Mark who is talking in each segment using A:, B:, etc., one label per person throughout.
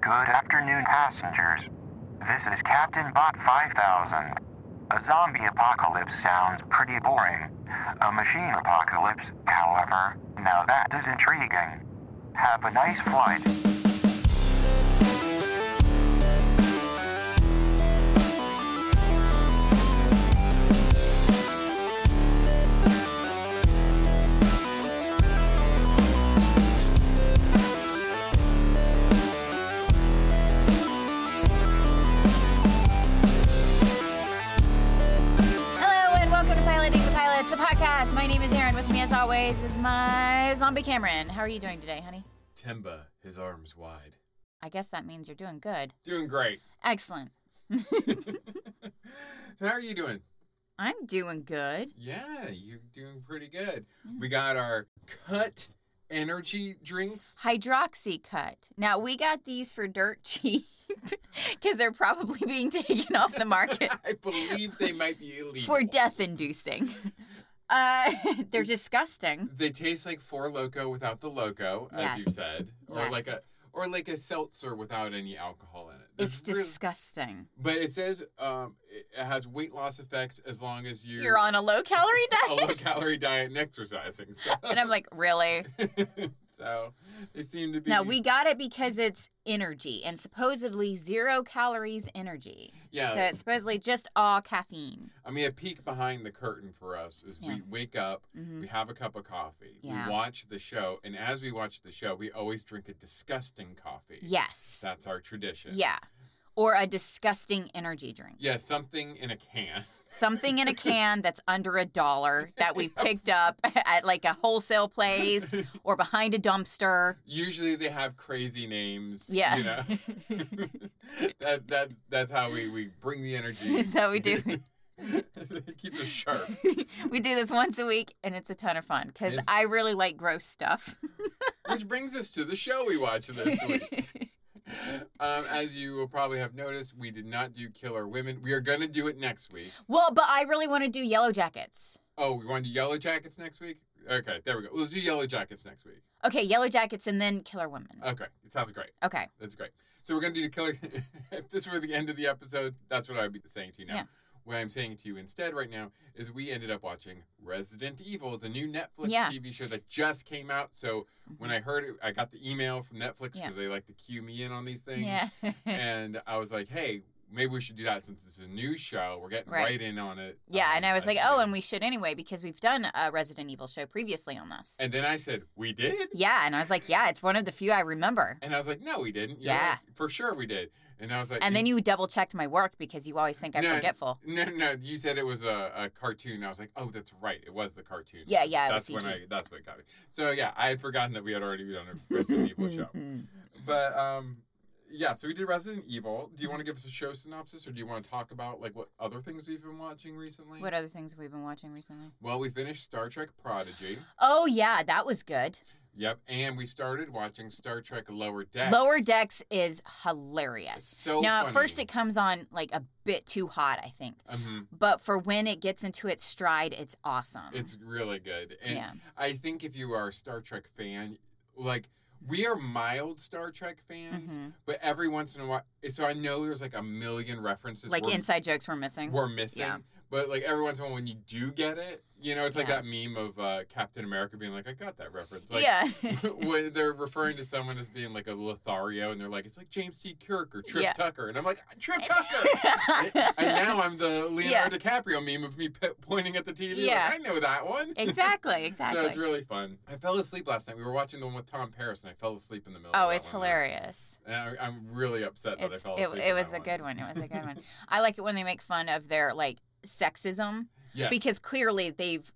A: Good afternoon, passengers. This is Captain Bot 5000. A zombie apocalypse sounds pretty boring. A machine apocalypse, however, now that is intriguing. Have a nice flight.
B: Hello and welcome to Piloting the Pilots, the podcast. My name is Erin. With me, as always, is my zombie Cameron. How are you doing today, honey?
C: Timba, his arms wide.
B: I guess that means you're doing good.
C: Doing great.
B: Excellent.
C: How are you doing?
B: I'm doing good.
C: Yeah, you're doing pretty good. We got our cut energy drinks.
B: Hydroxy cut. Now we got these for dirt cheap because they're probably being taken off the market
C: I believe they might be illegal.
B: for death inducing. Uh, they're disgusting.
C: They taste like four loco without the loco, as you
B: Yes.
C: said. Or
B: Yes.
C: like a or like a seltzer without any alcohol in it. There's
B: It's
C: really-
B: disgusting.
C: But it says um, it it has weight loss effects as long as you
B: You're on a low calorie
C: a
B: diet.
C: low calorie diet and exercising. So,
B: And I'm like, really?
C: so they seem to be
B: Now we got it because it's energy and supposedly zero calories energy.
C: Yeah.
B: So it's supposedly just all caffeine.
C: I mean, a peek behind the curtain for us is
B: Yeah.
C: we wake up,
B: Mhm.
C: we have a cup of coffee,
B: Yeah.
C: we watch the show, and as we watch the show, we always drink a disgusting coffee.
B: Yes.
C: That's our tradition.
B: yeah. Or a disgusting energy drink.
C: Yeah, something in a can.
B: Something in a can that's under a dollar that we picked up at like a wholesale place or behind a dumpster.
C: Usually they have crazy names.
B: Yeah.
C: You know? that, that, that's how we, we bring the energy.
B: That's how we do it.
C: Keep us sharp.
B: We do this once a week and it's a ton of fun because
C: It's-
B: I really like gross stuff.
C: Which brings us to the show we watched this week. um, as you will probably have noticed, we did not do Killer Women. We are going to do it next week.
B: Well, but I really want to do yellow jackets.
C: Oh, we want to do Yellow Jackets next week? Okay, there we go. Let's do Yellow Jackets next week.
B: Okay, yellow jackets and then killer women.
C: Okay, it sounds great.
B: Okay.
C: That's great. So we're going to do Killer. if this were the end of the episode, that's what I would be saying to you now.
B: Yeah.
C: What I'm saying to you instead right now is we ended up watching Resident Evil, the new Netflix
B: Yeah. Mm-hmm.
C: TV show that just came out. So when I heard it, I got the email from Netflix because
B: Yeah.
C: they like to cue me in on these things.
B: Yeah.
C: and I was like, hey, maybe we should do that since it's a new show. We're getting
B: Right.
C: right, in on it.
B: Yeah,
C: um,
B: and I was like,
C: again.
B: oh, and we should anyway because we've done a Resident Evil show previously on this.
C: And then I said, we did?
B: yeah, and I was like, yeah, it's one of the few I remember.
C: And I was like, no, we didn't. You're
B: Yeah.
C: like, for sure we did. And I was like,
B: And then you double checked my work because you always think I'm
C: No.
B: forgetful.
C: No, no, you said it was a, a cartoon. I was like, oh, that's right. It was the cartoon.
B: Yeah, yeah, it was
C: That's when
B: CG.
C: I, that's what got me. So, yeah, I had forgotten that we had already done a Resident Evil show.
B: Mm-hmm.
C: But, um, yeah, so we did Resident Evil. Do you want to give us a show synopsis or do you want to talk about, like, what other things we've been watching recently?
B: What other things have we been watching recently?
C: Well, we finished Star Trek Prodigy.
B: Oh, yeah, that was good.
C: Yep. And we started watching Star Trek Lower Decks.
B: Lower Decks is
C: It's
B: hilarious.
C: So
B: now,
C: funny.
B: at first, it comes on like a bit too hot, I think.
C: Mhm.
B: But for when it gets into its stride, it's awesome.
C: It's really good. And
B: Yeah.
C: I think if you are a Star Trek fan, like we are mild Star Trek fans,
B: Mhm.
C: but every once in a while, so I know there's like a million references
B: like
C: we're,
B: inside jokes we're missing.
C: we're missing.
B: Yeah.
C: But like every once in a while, when you do get it, you know, it's like
B: Yeah.
C: that meme of uh, Captain America being like, "I got that reference." Like,
B: yeah.
C: when they're referring to someone as being like a Lothario, and they're like, "It's like James T. Kirk or Trip
B: Yeah.
C: Tucker," and I'm like, "Trip Tucker." and now I'm the Leonardo DiCaprio meme of me p- pointing at the TV. like,
B: Yeah.
C: I know that one.
B: exactly, exactly.
C: So it's really fun. I fell asleep last night. We were watching the one with Tom Paris, and I fell asleep in the middle.
B: oh,
C: of that
B: it's
C: one.
B: hilarious.
C: And I, I'm really upset that I
B: It's,
C: fell
B: it,
C: asleep.
B: it
C: in
B: was
C: that
B: a good one. It was a good one. I like it when they make fun of their like sexism
C: Yes.
B: because clearly they've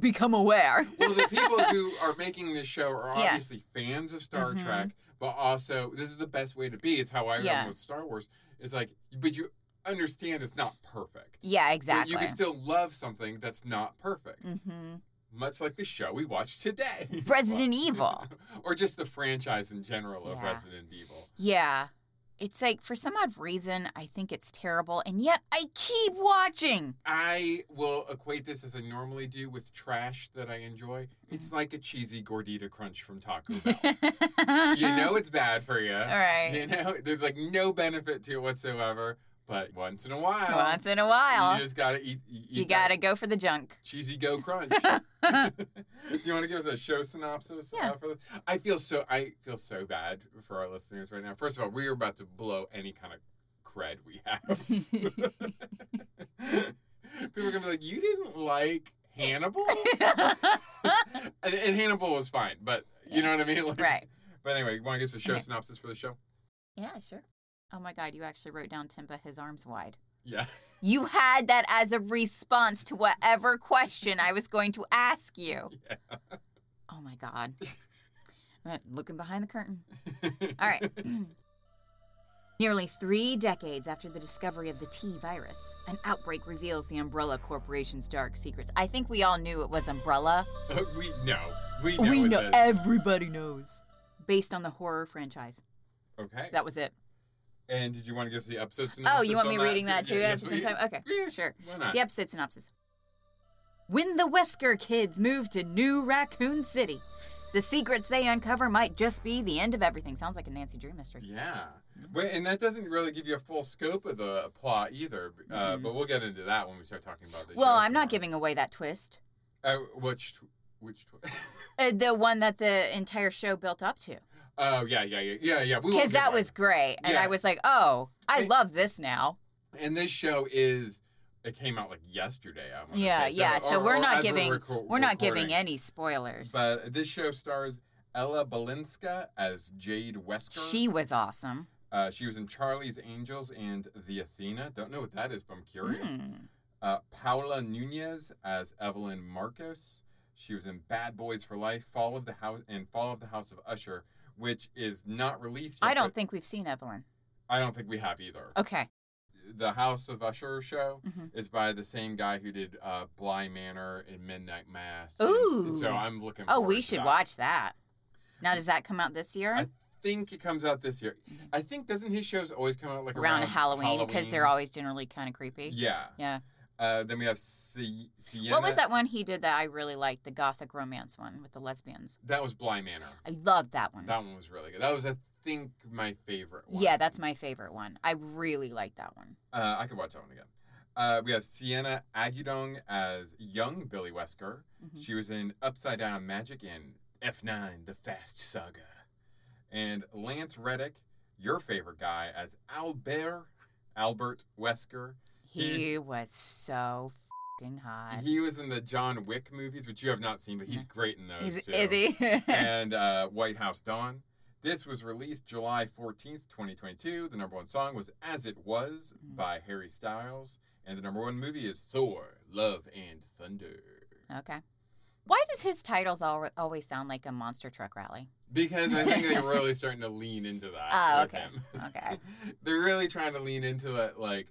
B: become aware.
C: well, the people who are making this show are
B: Yeah.
C: obviously fans of Star
B: Mhm.
C: Trek, but also this is the best way to be. It's how I
B: Yeah.
C: am with Star Wars. It's like, but you understand it's not perfect.
B: yeah,
C: But
B: exactly.
C: You can still love something that's not perfect,
B: hmm
C: much like the show we watched today,
B: Resident Evil.
C: or just the franchise in general of
B: Yeah.
C: Resident Evil.
B: Yeah. It's like for some odd reason I think it's terrible, and yet I keep watching.
C: I will equate this as I normally do with trash that I enjoy.
B: Mm-hmm.
C: It's like a cheesy gordita crunch from Taco Bell. you know it's bad for you.
B: All right.
C: You know, there's like no benefit to it whatsoever. But once in a while,
B: Once in a while,
C: you
B: you,
C: just gotta eat. eat that
B: gotta go for the junk.
C: cheesy go crunch. Do you want to give us a show synopsis?
B: Yeah.
C: Uh, for the, I feel so. I feel so bad for our listeners right now. First of all, we are about to blow any kind of cred we have. People are gonna be like, "You didn't like Hannibal," and, and Hannibal was fine, but you know what I mean, Like-
B: Right.
C: But anyway, you want to give us a show
B: Okay.
C: synopsis for the show?
B: Yeah, sure. Oh my God, you actually wrote down Timba his arms wide.
C: Yeah.
B: You had that as a response to whatever question I was going to ask you.
C: Yeah.
B: Oh my God. Uh, Looking behind the curtain. All right. Nearly three decades after the discovery of the T virus, an outbreak reveals the Umbrella Corporation's dark secrets. I think we all knew it was Umbrella.
C: we know. We know. it's a-
B: Everybody knows. Based on the horror franchise.
C: okay.
B: That was it.
C: And did you want to give us the episode
B: Oh,
C: synopsis?
B: you want me
C: on
B: reading that too
C: Yeah,
B: at
C: yes,
B: the same
C: we-
B: time? Okay,
C: yeah,
B: sure.
C: Why not?
B: The episode synopsis. When the Wesker kids move to New Raccoon City, the secrets they uncover might just be the end of everything. Sounds like a Nancy Drew mystery.
C: Yeah. Wait, and that doesn't really give you a full scope of the plot either. b- Uh, But we'll get into that when we start talking about this.
B: Well, I'm not giving away that twist.
C: Uh, which, tw- which? Tw-
B: Uh, the one that the entire show built up to.
C: oh yeah, yeah, yeah, yeah, yeah. we won't
B: Because
C: give
B: that
C: away.
B: was great. And
C: Yeah.
B: I was like, oh, I
C: It-
B: love this now.
C: And this show is. It came out like yesterday. I wanna
B: Yeah,
C: say.
B: yeah. So
C: or-
B: we're
C: or
B: not
C: as
B: giving we're,
C: reco-
B: not
C: recording.
B: giving any spoilers.
C: But this show stars Ella Balinska as Jade Wesker.
B: she was awesome.
C: Uh, she was in Charlie's Angels and The Athena. Don't know what that is, but I'm curious.
B: Mm.
C: Uh, Paula Nunez as Evelyn Marcos. She was in Bad Boys for Life, Fall of the House, and Fall of the House of Usher, which is not released. Yet,
B: I don't
C: but
B: think we've seen Evelyn.
C: I don't think we have either.
B: Okay.
C: The House of Usher show
B: Mhm.
C: is by the same guy who did uh, Bly Manor and Midnight Mass.
B: Ooh.
C: so I'm looking.
B: Oh, we
C: forward to
B: should
C: that.
B: watch that. Now, does that come out this year?
C: I think it comes out this year. I think doesn't his shows always come out like
B: Mm-hmm. around, Halloween because they're
C: Halloween?
B: always generally kind of creepy.
C: yeah.
B: Yeah.
C: Uh, then we have Si- Sienna.
B: What was that one he did that I really liked? The gothic romance one with the lesbians.
C: That was Bly Manor.
B: I loved that one.
C: That one was really good. That was, I think, my favorite one.
B: Yeah, that's my favorite one. I really liked that one.
C: Uh, I could watch that one again. Uh, we have Sienna Agudong as young Billy Wesker.
B: Mhm.
C: She was in Upside Down Magic and F9, The Fast Saga. And Lance Reddick, your favorite guy, as Albert Albert Wesker.
B: He
C: He's-
B: was so fucking hot.
C: He was in the John Wick movies, which you have not seen, but he's great in those
B: He's,
C: too.
B: is he?
C: and uh, White House Dawn. This was released July 14th, 2022. The number one song was As It Was
B: Mhm.
C: by Harry Styles. And the number one movie is Thor, Love and Thunder.
B: okay. Why does his titles al- always sound like a monster truck rally?
C: Because I think they're really starting to lean into that.
B: Oh,
C: with
B: okay.
C: him.
B: Okay.
C: they're really trying to lean into that, like,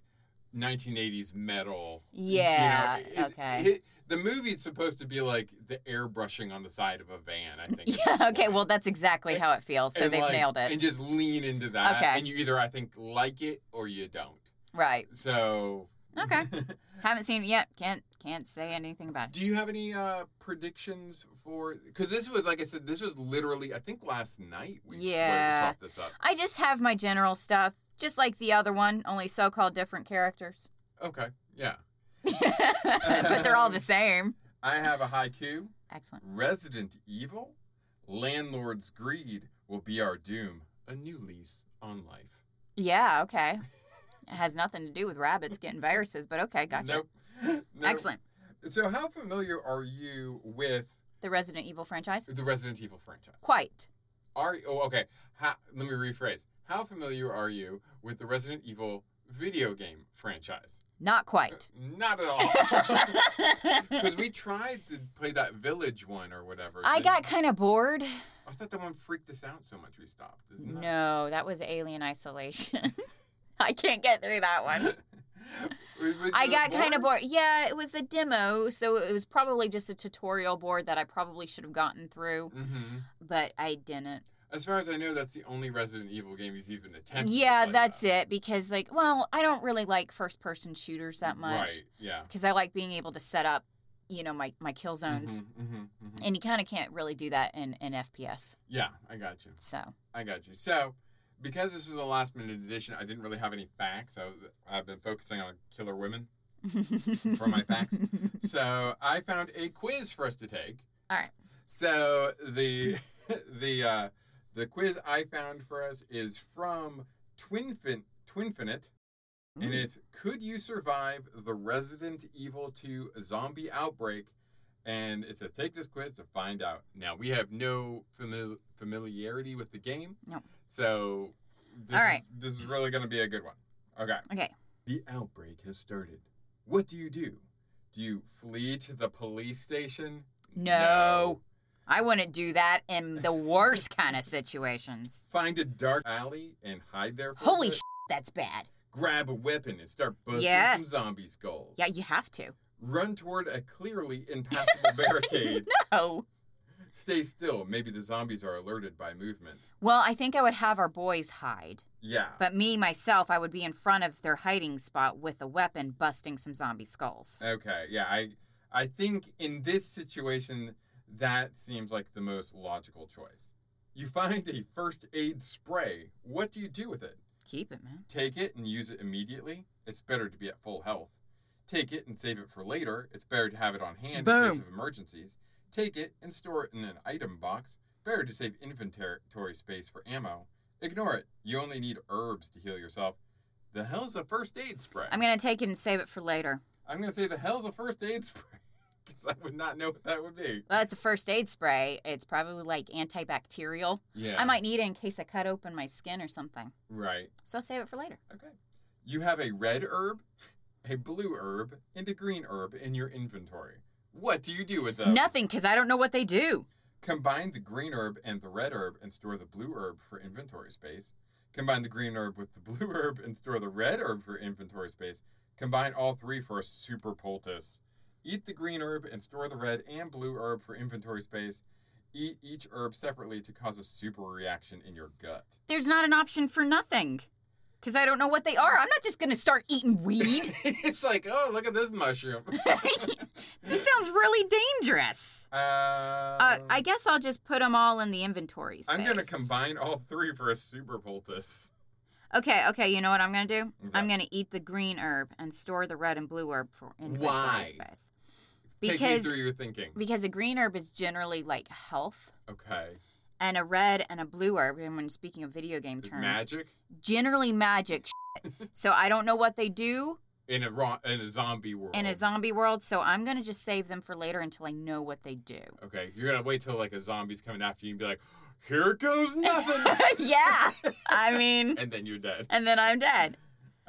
C: 1980s metal. you know,
B: Yeah,
C: it's-
B: okay.
C: it- the movie's supposed to be like the airbrushing on the side of a van, I think. at this
B: Yeah. Okay.
C: point.
B: Well, that's exactly how it feels. So
C: and,
B: they've
C: like,
B: nailed it.
C: And just lean into that.
B: Okay.
C: And you either, I think, like it or you don't.
B: Right.
C: So.
B: Okay. Haven't seen it yet. Can't can't say anything about it.
C: Do you have any uh, predictions for? Because this was, like I said, this was literally, I think, last night we
B: Yeah.
C: swapped this up.
B: I just have my general stuff, just like the other one, only so-called different characters,
C: Okay. Yeah.
B: but they're all the same.
C: I have a haiku.
B: Excellent.
C: Resident Evil, landlord's greed will be our doom. A new lease on life.
B: Yeah. Okay. It has nothing to do with rabbits getting viruses, but okay, gotcha.
C: Nope. nope.
B: Excellent.
C: So, how familiar are you with
B: The Resident Evil franchise?
C: the Resident Evil franchise?
B: Quite.
C: Are oh okay. How, let me rephrase. How familiar are you with the Resident Evil video game franchise?
B: Not quite.
C: Not at all. Because we tried to play that village one or whatever.
B: I
C: didn't-
B: got kind of bored.
C: I thought that one freaked us out so much we stopped. Isn't that-
B: No, that was Alien Isolation. I can't get through that one.
C: Was- was
B: I
C: you
B: got kind of bored. Yeah, it was a demo, so it was probably just a tutorial board that I probably should have gotten through,
C: Mhm.
B: but I didn't.
C: As far as I know, that's the only Resident Evil game you've even attempted. to
B: yeah,
C: play
B: that's
C: that.
B: it. Because, like, well, I don't really like first person shooters that much.
C: Right. Yeah.
B: Because I like being able to set up, you know, my, my kill zones.
C: Mhm, mhm, mhm.
B: And you kind of can't really do that in, in FPS.
C: yeah, I got you.
B: So,
C: I got you. So, because this was a last minute edition, I didn't really have any facts. I, I've been focusing on killer women.
B: for
C: my facts. So, I found a quiz for us to take.
B: All right.
C: So, the the uh, the quiz I found for us is from Twinfin Twinfinite and
B: Mm.
C: it's could you survive the Resident Evil 2 zombie outbreak? And it says take this quiz to find out. Now we have no famil- familiarity with the game.
B: No.
C: So this
B: All right.
C: is, this is really going to be a good one. Okay.
B: Okay.
C: The outbreak has started. What do you do? Do you flee to the police station?
B: No. I wouldn't do that in the worst kind of situations.
C: Find a dark alley and hide there. For a
B: Holy
C: bit?
B: sh! That's bad.
C: Grab a weapon and start busting
B: Yeah.
C: some zombie skulls.
B: Yeah, you have to.
C: Run toward a clearly impassable barricade.
B: No.
C: Stay still. Maybe the zombies are alerted by movement.
B: Well, I think I would have our boys hide.
C: Yeah.
B: But me, myself, I would be in front of their hiding spot with a weapon, busting some zombie skulls.
C: okay. Yeah. I I think in this situation that seems like the most logical choice. You find a first aid spray. What do you do with it?
B: Keep it, man.
C: Take it and use it immediately. It's better to be at full health. Take it and save it for later. It's better to have it on hand in case
B: Boom.
C: of emergencies. Take it and store it in an item box. Better to save inventory space for ammo. Ignore it. You only need herbs to heal yourself. The hell's a first aid spray?
B: I'm gonna take it and save it for later.
C: I'm gonna say the hell's a first aid spray because I would not know what that would be.
B: Well, it's a first aid spray. It's probably like antibacterial.
C: Yeah.
B: I might need it in case I cut open my skin or something.
C: Right.
B: So save it for later.
C: Okay. You have a red herb, a blue herb, and a green herb in your inventory. What do you do with them?
B: Nothing, because I don't know what they do.
C: Combine the green herb and the red herb and store the blue herb for inventory space. Combine the green herb with the blue herb and store the red herb for inventory space. Combine all three for a super poultice. Eat the green herb and store the red and blue herb for inventory space. Eat each herb separately to cause a super reaction in your gut.
B: There's not an option for nothing, because I don't know what they are. I'm not just gonna start eating weed.
C: it's like, oh, look at this mushroom. Uh,
B: this sounds really dangerous. Uh, I guess I'll just put them all in the inventory space.
C: am gonna combine all three for a super poultice.
B: Okay, okay. You know what I'm gonna do?
C: What's
B: I'm
C: that?
B: gonna eat the green herb and store the red and blue herb for inventory
C: Why?
B: space.
C: Take me
B: Because-
C: through your thinking.
B: Because a green herb is generally like health,
C: Okay.
B: and a red and a blue herb. And when speaking of video game
C: It's
B: terms,
C: magic
B: generally magic. shit. so I don't know what they do
C: in a ro- in a zombie world.
B: in a zombie world. So I'm gonna just save them for later until I know what they do.
C: Okay, you're gonna wait till like a zombie's coming after you and be like, "Here goes nothing,"
B: yeah, I mean,
C: and then you're dead.
B: and then I'm dead.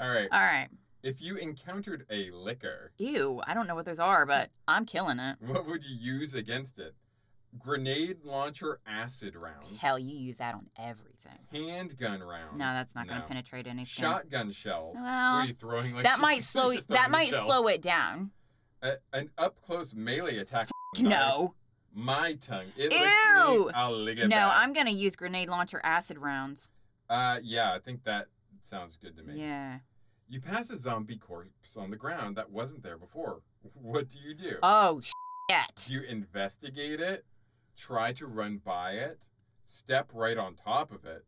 C: All right.
B: All right.
C: If you encountered a liquor,
B: Ew, I don't know what those are, but I'm killing it.
C: what would you use against it? Grenade launcher acid rounds.
B: Hell, you use that on everything.
C: Handgun rounds.
B: No, that's not going to
C: No.
B: penetrate anything.
C: Shotgun shells.
B: Well,
C: Were you throwing like
B: that might
C: just
B: slow
C: throwing
B: that might
C: shells?
B: slow it down.
C: A- an up close melee attack. with a knife.
B: No,
C: My tongue. It licks
B: Ew!
C: Me. I'll lick
B: no,
C: it back.
B: I'm gonna use grenade launcher acid rounds.
C: Uh, yeah, I think that sounds good to me.
B: Yeah.
C: You pass a zombie corpse on the ground that wasn't there before. What do you do?
B: Oh
C: do
B: shit.
C: you investigate it? Try to run by it? Step right on top of it?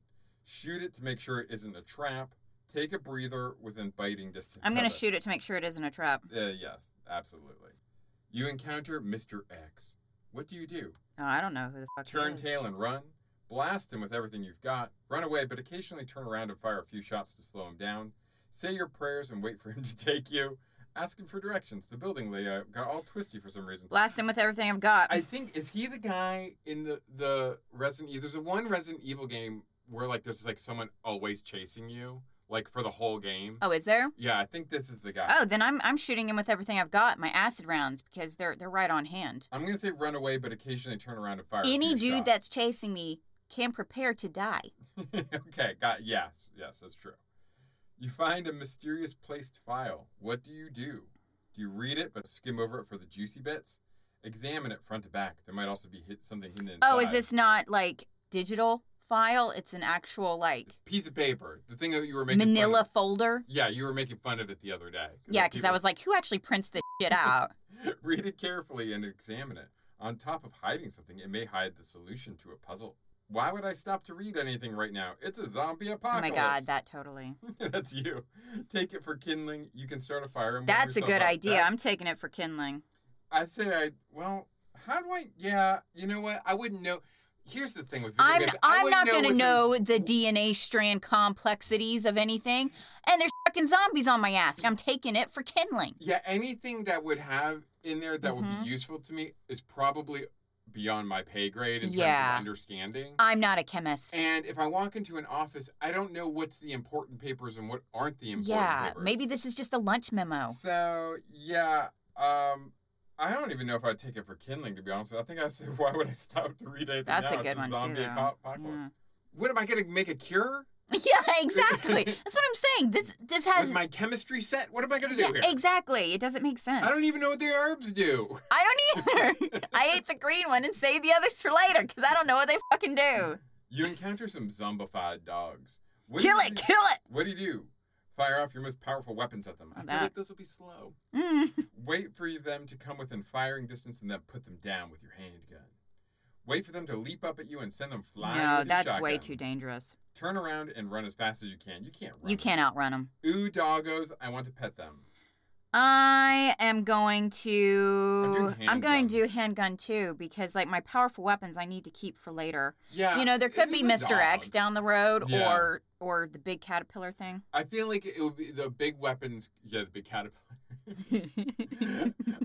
C: Shoot it to make sure it isn't a trap? Take a breather within biting distance.
B: I'm gonna
C: of it.
B: shoot it to make sure it isn't a trap.
C: Uh, yes, absolutely. You encounter Mr. X. What do you do?
B: Oh, I don't know who the fuck. he
C: Turn
B: is.
C: tail and run? Blast him with everything you've got. Run away, but occasionally turn around and fire a few shots to slow him down. Say your prayers and wait for him to take you. Ask him for directions. The building layout got all twisty for some reason.
B: Blast him with everything I've got.
C: I think is he the guy in the the Resident Evil? There's a one Resident Evil game where like there's like someone always chasing you like for the whole game.
B: oh, is there?
C: Yeah, I think this is the guy.
B: Oh, then I'm I'm shooting him with everything I've got, my acid rounds, because they're they're right on hand.
C: I'm gonna say run away, but occasionally turn around and fire. a
B: Any
C: few
B: dude
C: shots.
B: that's chasing me can prepare to die.
C: okay, got yes, yes, that's true. You find a mysterious placed file. What do you do? Do you read it but skim over it for the juicy bits? Examine it front to back. There might also be hit something hidden inside.
B: Oh, is this not like digital file. It's an actual like
C: Piece of paper. The thing that you were making. fun
B: manila
C: Of,
B: folder.
C: yeah, you were making fun of it the other day.
B: Yeah, because I was like, who actually prints this shit out?
C: Read it carefully and examine it. On top of hiding something, it may hide the solution to a puzzle. Why would I stop to read anything right now? It's a zombie
B: oh
C: apocalypse.
B: my god, that totally.
C: That's you. Take it for kindling. You can start a fire. And warm
B: That's a
C: yourself
B: good
C: up.
B: idea. I'm
C: That's-
B: taking it for kindling.
C: I say I. Well, how do I? Yeah, you know what? I wouldn't know. Here's the thing with video
B: I'm
C: games. I
B: I'm not
C: wouldn't
B: gonna
C: what's in-
B: know the DNA strand complexities of anything, and there's fucking zombies on my ass. I'm taking it for kindling.
C: Yeah, anything that would have in there that would
B: Mhm.
C: be useful to me is probably beyond my pay grade in terms
B: Yeah.
C: of understanding.
B: I'm not a chemist.
C: and if I walk into an office, I don't know what's the important papers and what aren't the important
B: yeah,
C: papers.
B: maybe this is just a lunch memo.
C: So yeah, um, I don't even know if I'd take it for kindling to be honest. with you. I think I said, why would I stop to read anything?
B: That's a
C: now? It's
B: good one, too,
C: zombie
B: though.
C: apo- apocalypse. What am I gonna make a cure
B: Yeah, exactly. That's what I'm saying. This this has
C: with my chemistry set? What am I gonna do
B: yeah,
C: here?
B: exactly. It doesn't make sense.
C: I don't even know what the herbs do.
B: I don't either. I ate the green one and saved the others for later because I don't know what they fucking do.
C: You encounter some zombified dogs. What do
B: kill
C: you
B: it,
C: do-
B: kill it.
C: What do you do? Fire off your most powerful weapons at them. I feel
B: That-
C: like this will be slow.
B: Mm.
C: Wait for them to come within firing distance and then put them down with your handgun. Wait for them to leap up at you and send them flying.
B: No,
C: with your
B: that's way
C: shotgun.
B: too dangerous.
C: Turn around and run as fast as you can. You can't run.
B: You can't outrun them.
C: Ooh, doggos, I want to pet them.
B: I am going to.
C: I'm doing
B: I'm going to do
C: handgun.
B: handgun too because, like, my powerful weapons I need to keep for later.
C: Yeah.
B: you know, there could
C: this
B: be
C: is Ah, a
B: Mr. X
C: dog.
B: down the road
C: Yeah.
B: or or the big caterpillar thing.
C: I feel like it would be the big weapons. Yeah, the big caterpillar.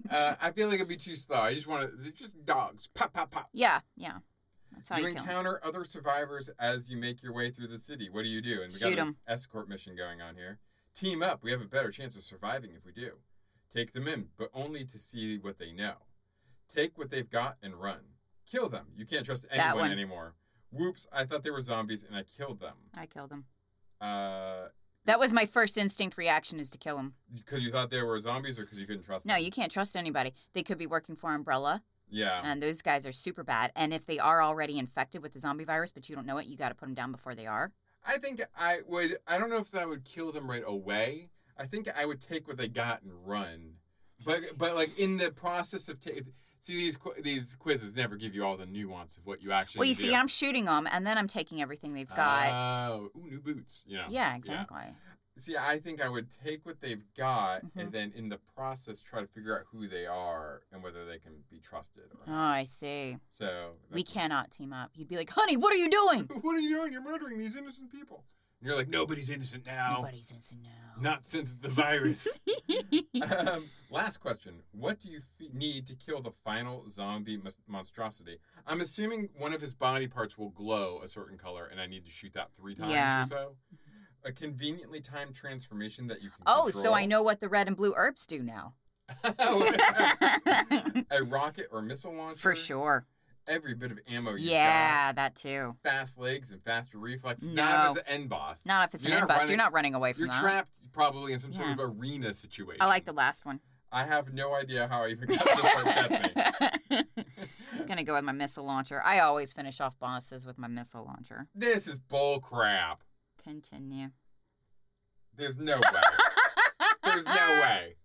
C: uh, I feel like it'd be too slow. I just want to. They're just dogs. Pop, pop, pop.
B: yeah, yeah. That's how
C: you
B: you, kill 'em.
C: encounter other survivors as you make your way through the city. What do you do? And we
B: Shoot
C: got
B: 'em.
C: an escort mission going on here. Team up. We have a better chance of surviving if we do. Take them in, but only to see what they know. Take what they've got and run. Kill them. You can't trust
B: That
C: anyone
B: one.
C: anymore. Whoops, I thought they were zombies and I killed them.
B: I killed them.
C: Uh,
B: That was my first instinct reaction is to kill them.
C: because you thought they were zombies or because you couldn't trust
B: No,
C: them?
B: you can't trust anybody. They could be working for Umbrella,
C: Yeah.
B: and those guys are super bad. And if they are already infected with the zombie virus, but you don't know it, you got to put them down before they are.
C: I think I would. I don't know if that would kill them right away. I think I would take what they got and run. But but like in the process of taking, see these qu- these quizzes never give you all the nuance of what you actually.
B: well, you
C: do.
B: see, I'm shooting them, and then I'm taking everything they've got.
C: Oh, ooh, new boots. You know.
B: yeah, exactly.
C: See, I think I would take what they've got
B: Mhm.
C: and then in the process try to figure out who they are and whether they can be trusted. Or
B: Oh,
C: not.
B: I see.
C: So
B: We
C: that's-
B: cannot team up. You'd be like, honey, what are you doing?
C: What are you doing? You're murdering these innocent people. And you're like, nobody's innocent now.
B: Nobody's innocent now.
C: Not since the virus. um, last question. What do you f- need to kill the final zombie mon- monstrosity? I'm assuming one of his body parts will glow a certain color, and I need to shoot that three times
B: Yeah.
C: or so. A conveniently timed transformation that you can.
B: Oh, so I
C: control. Oh,
B: know what the red and blue herbs do now.
C: a rocket or missile launcher.
B: For sure.
C: Every bit of ammo Oh, you
B: yeah, that too.
C: got. Fast legs and faster reflexes. Not if
B: No.
C: it's an end boss.
B: Not if it's
C: You're
B: an
C: not
B: inbox.
C: running-
B: You're not running away from
C: You're
B: that.
C: trapped probably in some sort
B: Yeah.
C: of arena situation.
B: I like the last one.
C: I have no idea how I even got this far. Bethany.
B: I'm gonna go with my missile launcher. I always finish off bosses with my missile launcher.
C: This is bull crap.
B: Continue.
C: There's no way. There's no way.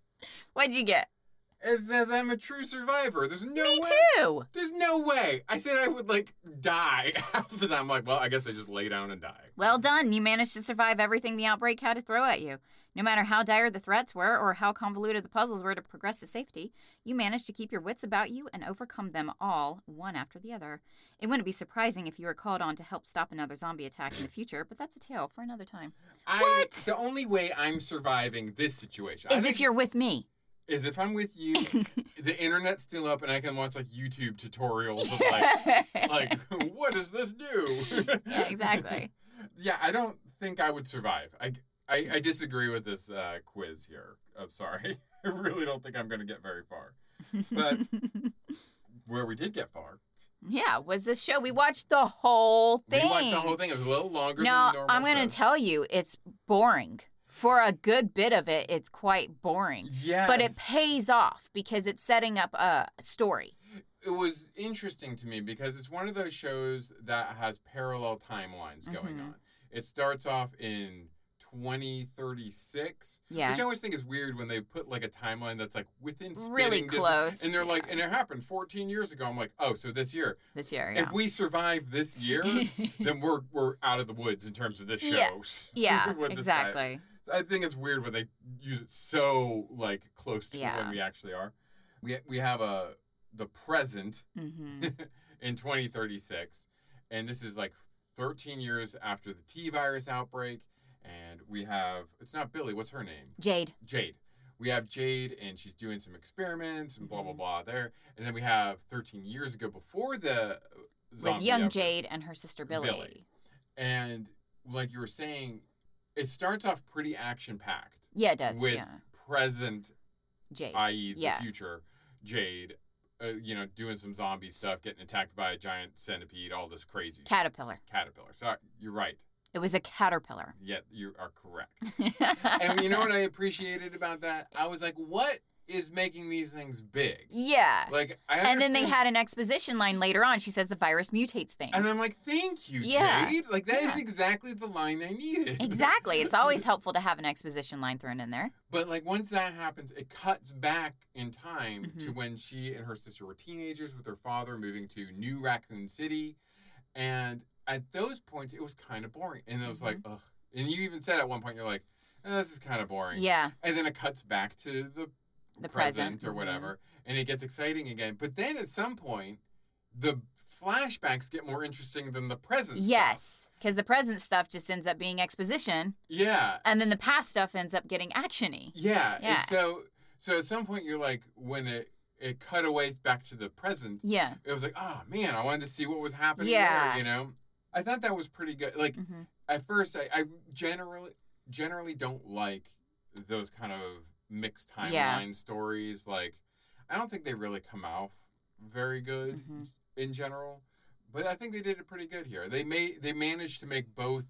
B: What'd you get?
C: It says I'm a true survivor. There's no
B: Me
C: way.
B: too.
C: There's no way. I said I would like die half the time. I'm like, well, I guess I just lay down and die.
B: Well done. You managed to survive everything the outbreak had to throw at you. No matter how dire the threats were or how convoluted the puzzles were to progress to safety, you managed to keep your wits about you and overcome them all, one after the other. It wouldn't be surprising if you were called on to help stop another zombie attack in the future, but that's a tale for another time.
C: I,
B: What?
C: The only way I'm surviving this situation I
B: Is
C: think-
B: if you're with me.
C: is if I'm with you. the internet's still up, and I can watch like YouTube tutorials of like like what does this do?
B: yeah, exactly.
C: Yeah, I don't think I would survive. I I, I disagree with this uh, quiz here. I'm sorry. I really don't think I'm going to get very far. But where we did get far,
B: yeah, was this show we watched the whole thing.
C: we watched the whole thing. It was a little longer.
B: no,
C: than normal
B: I'm going to
C: shows.
B: tell you, it's boring. For a good bit of it, it's quite boring.
C: Yes,
B: But it pays off because it's setting up a story.
C: it was interesting to me because it's one of those shows that has parallel timelines going
B: Mhm.
C: on. It starts off in 2036,
B: Yeah.
C: which I always think is weird when they put like a timeline that's like within spitting
B: Really
C: distance.
B: close,
C: and they're like,
B: yeah.
C: and it happened 14 years ago. I'm like, oh, so this year,
B: This year, yeah.
C: if we survive this year, then we're we're out of the woods in terms of this
B: Yeah.
C: shows.
B: yeah,
C: with this guy.
B: exactly.
C: I think it's weird when they use it so like close to
B: Yeah.
C: when we actually are. We we have a the present
B: Mm-hmm.
C: in 2036, and this is like 13 years after the T virus outbreak, and we have it's not Billy. What's her name?
B: Jade.
C: Jade. We have Jade, and she's doing some experiments and blah
B: Mm-hmm.
C: blah blah there, and then we have 13 years ago before the
B: With
C: zombie
B: young
C: outbreak.
B: Jade and her sister Billy.
C: Billy. and like you were saying, it starts off pretty action packed
B: Yeah, it does.
C: with
B: yeah.
C: present,
B: Jade.
C: i.e.,
B: Yeah.
C: the future, Jade, uh, you know, doing some zombie stuff, getting attacked by a giant centipede, all this crazy s-
B: Caterpillar.
C: Caterpillar. Sorry, you're right.
B: It was a caterpillar.
C: Yet you are correct. and you know what I appreciated about that? I was like, what is making these things big?
B: Yeah.
C: Like, I
B: and then they
C: understand-
B: had an exposition line later on. She says the virus mutates things.
C: And I'm like, thank you,
B: Yeah.
C: Jade. Like, that is
B: Yeah.
C: exactly the line I needed.
B: exactly. It's always helpful to have an exposition line thrown in there.
C: But like once that happens, it cuts back in time to
B: Mhm.
C: when she and her sister were teenagers with her father moving to New Raccoon City. And at those points, it was kind of boring. And it was like,
B: Mm-hmm.
C: ugh. And you even said at one point, you're like, eh, this is kind of boring.
B: Yeah.
C: And then it cuts back to the,
B: The
C: present,
B: present,
C: or
B: mhm.
C: whatever. And it gets exciting again. But then at some point, the flashbacks get more interesting than the present. stuff.
B: Yes. Because the present stuff just ends up being exposition,
C: Yeah.
B: and then the past stuff ends up getting actiony.
C: Yeah.
B: Yeah.
C: And so so at some point you're like when it it cut away back to the present,
B: Yeah.
C: it was like, oh man, I wanted to see what was happening
B: Yeah.
C: there, you know? I thought that was pretty good. Like
B: hmm
C: at first I, I generally generally don't like those kind of mixed timeline
B: Yeah.
C: stories. Like I don't think they really come out very good
B: Mhm.
C: in general. But I think they did it pretty good here. They may they managed to make both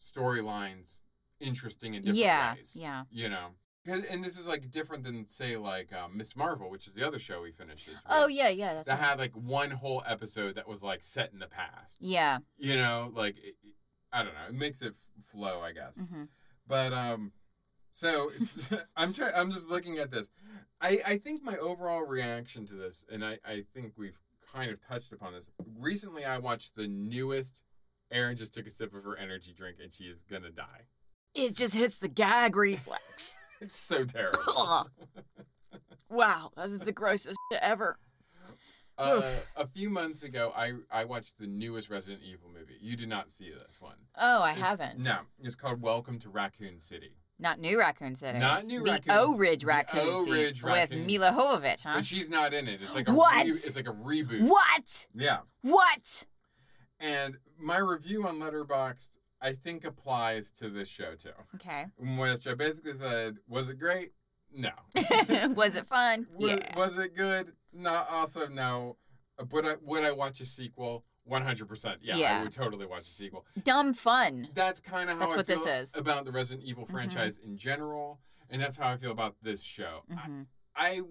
C: storylines interesting in different
B: Yeah.
C: ways
B: Yeah.
C: you know 'Cause- and this is like different than say like uh, miss marvel which is the other show we finished this
B: Oh
C: week,
B: yeah. Yeah. That's
C: that
B: right.
C: had like one whole episode that was like set in the past
B: yeah.
C: you know like it, it- i don't know it makes it f- flow i guess
B: hmm
C: but um so i'm try- i'm just looking at this i i think my overall reaction to this and i i think we've kind of touched upon this recently i watched the newest Erin just took a sip of her energy drink and she is gonna die.
B: It just hits the gag reflex.
C: It's so terrible.
B: Ugh. wow, this is the grossest shit ever.
C: Uh, a few months ago, I I watched the newest Resident Evil movie. You did not see this one.
B: Oh, I
C: It's-
B: haven't.
C: No, it's called Welcome to Raccoon City.
B: Not New Raccoon City.
C: Not New
B: the
C: Raccoon
B: O
C: City.
B: Ridge
C: The
B: Raccoon
C: O
B: City
C: Ridge
B: with
C: Raccoon.
B: Mila Hovovich, huh?
C: But she's not in it. It's like a
B: What?
C: Re- it's like a reboot.
B: What?
C: Yeah.
B: What?
C: And my review on Letterboxd, I think applies to this show too.
B: Okay.
C: Which I basically said, was it great? No.
B: Was it fun?
C: was,
B: yeah.
C: was it good? Not awesome. No. Uh, But I, would I watch a sequel? One hundred percent. Yeah,
B: Yeah.
C: I would totally watch a sequel.
B: Dumb fun.
C: that's kind of how
B: That's
C: I
B: what
C: feel
B: this is.
C: about the Resident Evil
B: Mhm.
C: franchise in general, and that's how I feel about this show.
B: hmm
C: I, I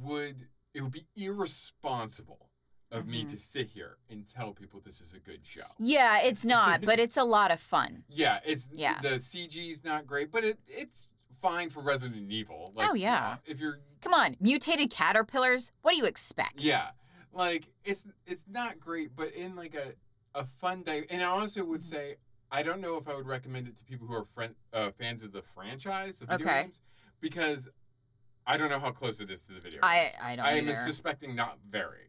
C: would it would be irresponsible of me
B: Mhm.
C: to sit here and tell people this is a good show.
B: Yeah, it's not, but it's a lot of fun.
C: Yeah, it's
B: Yeah.
C: the CG's not great, but it it's fine for Resident Evil. Like,
B: Oh, yeah.
C: if you're
B: Come on, mutated caterpillars. What do you expect?
C: yeah, like it's it's not great, but in like a a fun day. And I also would
B: Mhm.
C: say I don't know if I would recommend it to people who are friend, uh, fans of the franchise, the video
B: Okay.
C: games, because I don't know how close it is to the video.
B: I
C: games.
B: I don't
C: I am
B: either.
C: suspecting not very.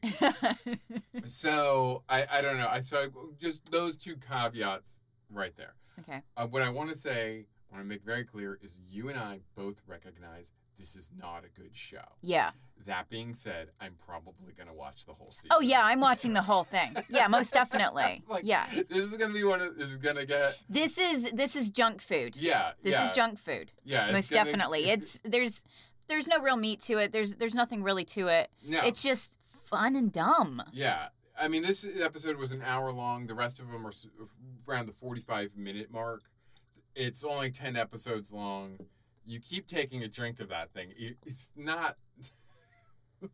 C: so I I don't know. I so I, just those two caveats right there.
B: okay.
C: Uh, what I want to say, I want to make very clear, is you and I both recognize this is not a good show.
B: Yeah.
C: That being said, I'm probably gonna watch the whole season.
B: Oh yeah, I'm watching the whole thing. Yeah, most definitely.
C: Like,
B: yeah.
C: This is gonna be one of this is gonna get
B: This is this is junk food.
C: yeah.
B: This
C: yeah,
B: is junk food.
C: Yeah, it's
B: most
C: gonna-
B: definitely. It's there's there's no real meat to it. There's there's nothing really to it.
C: no,
B: It's just fun and dumb.
C: yeah. I mean, this episode was an hour long. The rest of them are s- around the forty-five minute mark. It's only ten episodes long. You keep taking a drink of that thing. It, it's not.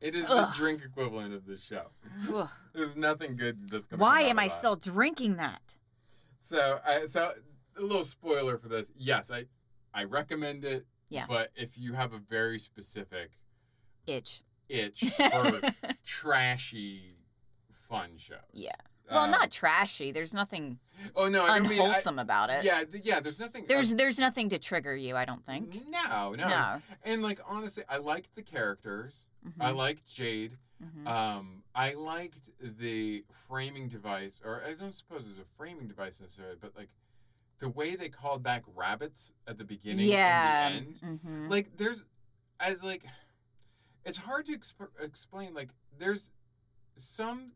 C: It is
B: Ugh.
C: the drink equivalent of this show.
B: Ugh.
C: There's nothing good that's going.
B: Why am I still drinking that?
C: So, I, so a little spoiler for this. Yes, I, I recommend it.
B: Yeah.
C: But if you have a very specific
B: Itch.
C: itch for trashy, fun shows.
B: Yeah. well,
C: Um,
B: not trashy. There's nothing
C: Oh no, I don't mean. I,
B: unwholesome about it.
C: yeah, th- yeah. There's nothing.
B: There's there's nothing to trigger you, I don't think.
C: No, Mm-hmm. no,
B: No.
C: And like honestly, I liked the characters.
B: Mhm,
C: I liked Jade.
B: mhm.
C: Um, I liked the framing device, or I don't suppose it's a framing device necessarily, but like the way they called back rabbits at the beginning
B: yeah.
C: and the end.
B: mhm.
C: Like there's, as like, it's hard to exp- explain. Like there's some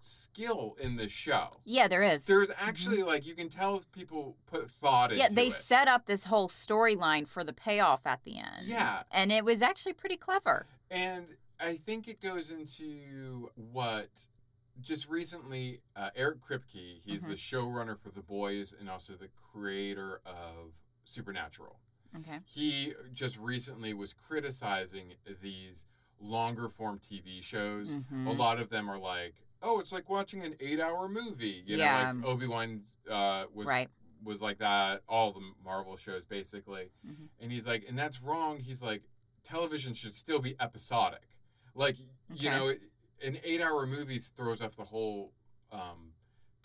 C: skill in this show.
B: yeah, there is.
C: There's actually like you can tell people put thought into
B: Mm-hmm. yeah, they
C: it.
B: set up this whole storyline for the payoff at the end.
C: Yeah.
B: And it was actually pretty clever.
C: And I think it goes into what just recently uh, Eric Kripke, he's
B: Mm-hmm.
C: the showrunner for The Boys and also the creator of Supernatural.
B: Okay.
C: He just recently was criticizing these longer form TV shows.
B: Mhm.
C: A lot of them are like, oh, it's like watching an eight hour movie. You
B: Yeah.
C: know, like Obi Wan uh, was
B: right.
C: was like that. All the Marvel shows, basically.
B: Mhm.
C: And he's like, and that's wrong. He's like, television should still be episodic. Like, you
B: Okay.
C: know, it, an eight-hour movie throws off the whole um,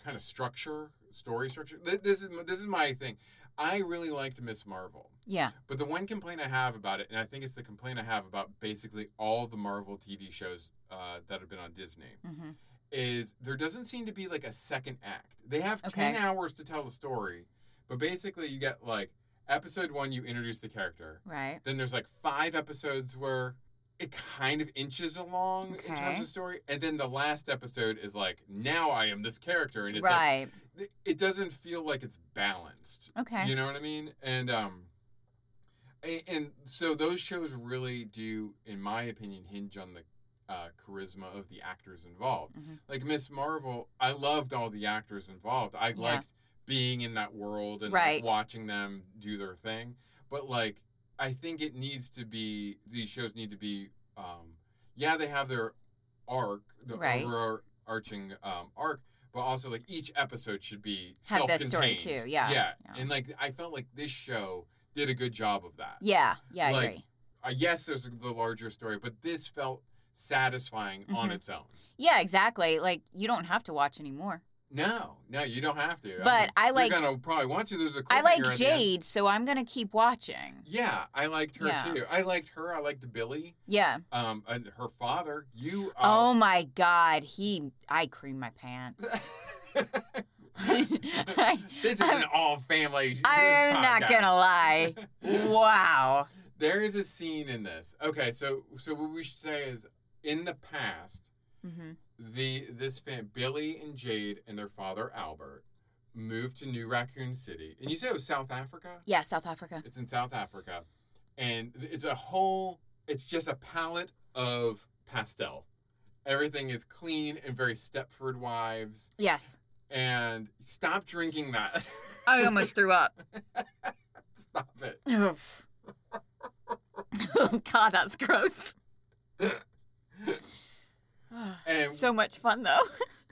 C: kind of structure, story structure. Th- This is this is my thing. I really liked Miss Marvel,
B: Yeah.
C: but the one complaint I have about it, and I think it's the complaint I have about basically all the Marvel TV shows uh, that have been on Disney,
B: hmm
C: is there doesn't seem to be like a second act. They have
B: Okay.
C: 10 hours to tell the story, but basically you get like episode 1 you introduce the character.
B: Right.
C: Then there's like five episodes where it kind of inches along in terms
B: Okay.
C: of story, and then the last episode is like now I am this character and it's
B: Right.
C: like it doesn't feel like it's balanced.
B: okay.
C: You know what I mean? And um a- and so those shows really do in my opinion hinge on the uh, charisma of the actors involved.
B: Mhm.
C: Like Miss Marvel, I loved all the actors involved. I
B: Yeah.
C: liked being in that world and
B: Right.
C: like, watching them do their thing. But like I think it needs to be these shows need to be um yeah, they have their arc, the
B: Right.
C: overarching um, arc, but also like each episode should be
B: Have that
C: self-contained.
B: story, too. Yeah.
C: yeah,
B: Yeah.
C: and like I felt like this show did a good job of that.
B: yeah. Yeah. I
C: Like,
B: agree.
C: Uh, yes, there's the larger story, but this felt satisfying on
B: Mhm.
C: its own.
B: Yeah. Exactly. Like you don't have to watch anymore.
C: No, no, you don't have to.
B: But I like-
C: You're gonna probably want to. There's a
B: I
C: cliffhanger
B: like
C: at the end.
B: Jade, so I'm gonna keep watching.
C: Yeah, I liked her
B: Yeah.
C: too. I liked her. I liked Billy.
B: Yeah.
C: Um, and her father. You.
B: Oh,
C: Um,
B: my God, he! I creamed my pants. I-
C: this is an all family.
B: I'm not gonna lie. Wow.
C: There is a scene in this. Okay, so so what we should say is in the past,
B: hmm
C: the this fan Billy and Jade and their father Albert moved to New Raccoon City, and you say it was South Africa.
B: Yeah, South Africa.
C: It's in South Africa, and it's a whole. It's just a palette of pastel. Everything is clean and very Stepford Wives.
B: Yes.
C: And stop drinking that.
B: I almost threw up.
C: stop it.
B: Oof. oh God, that's gross.
C: And
B: so much fun though.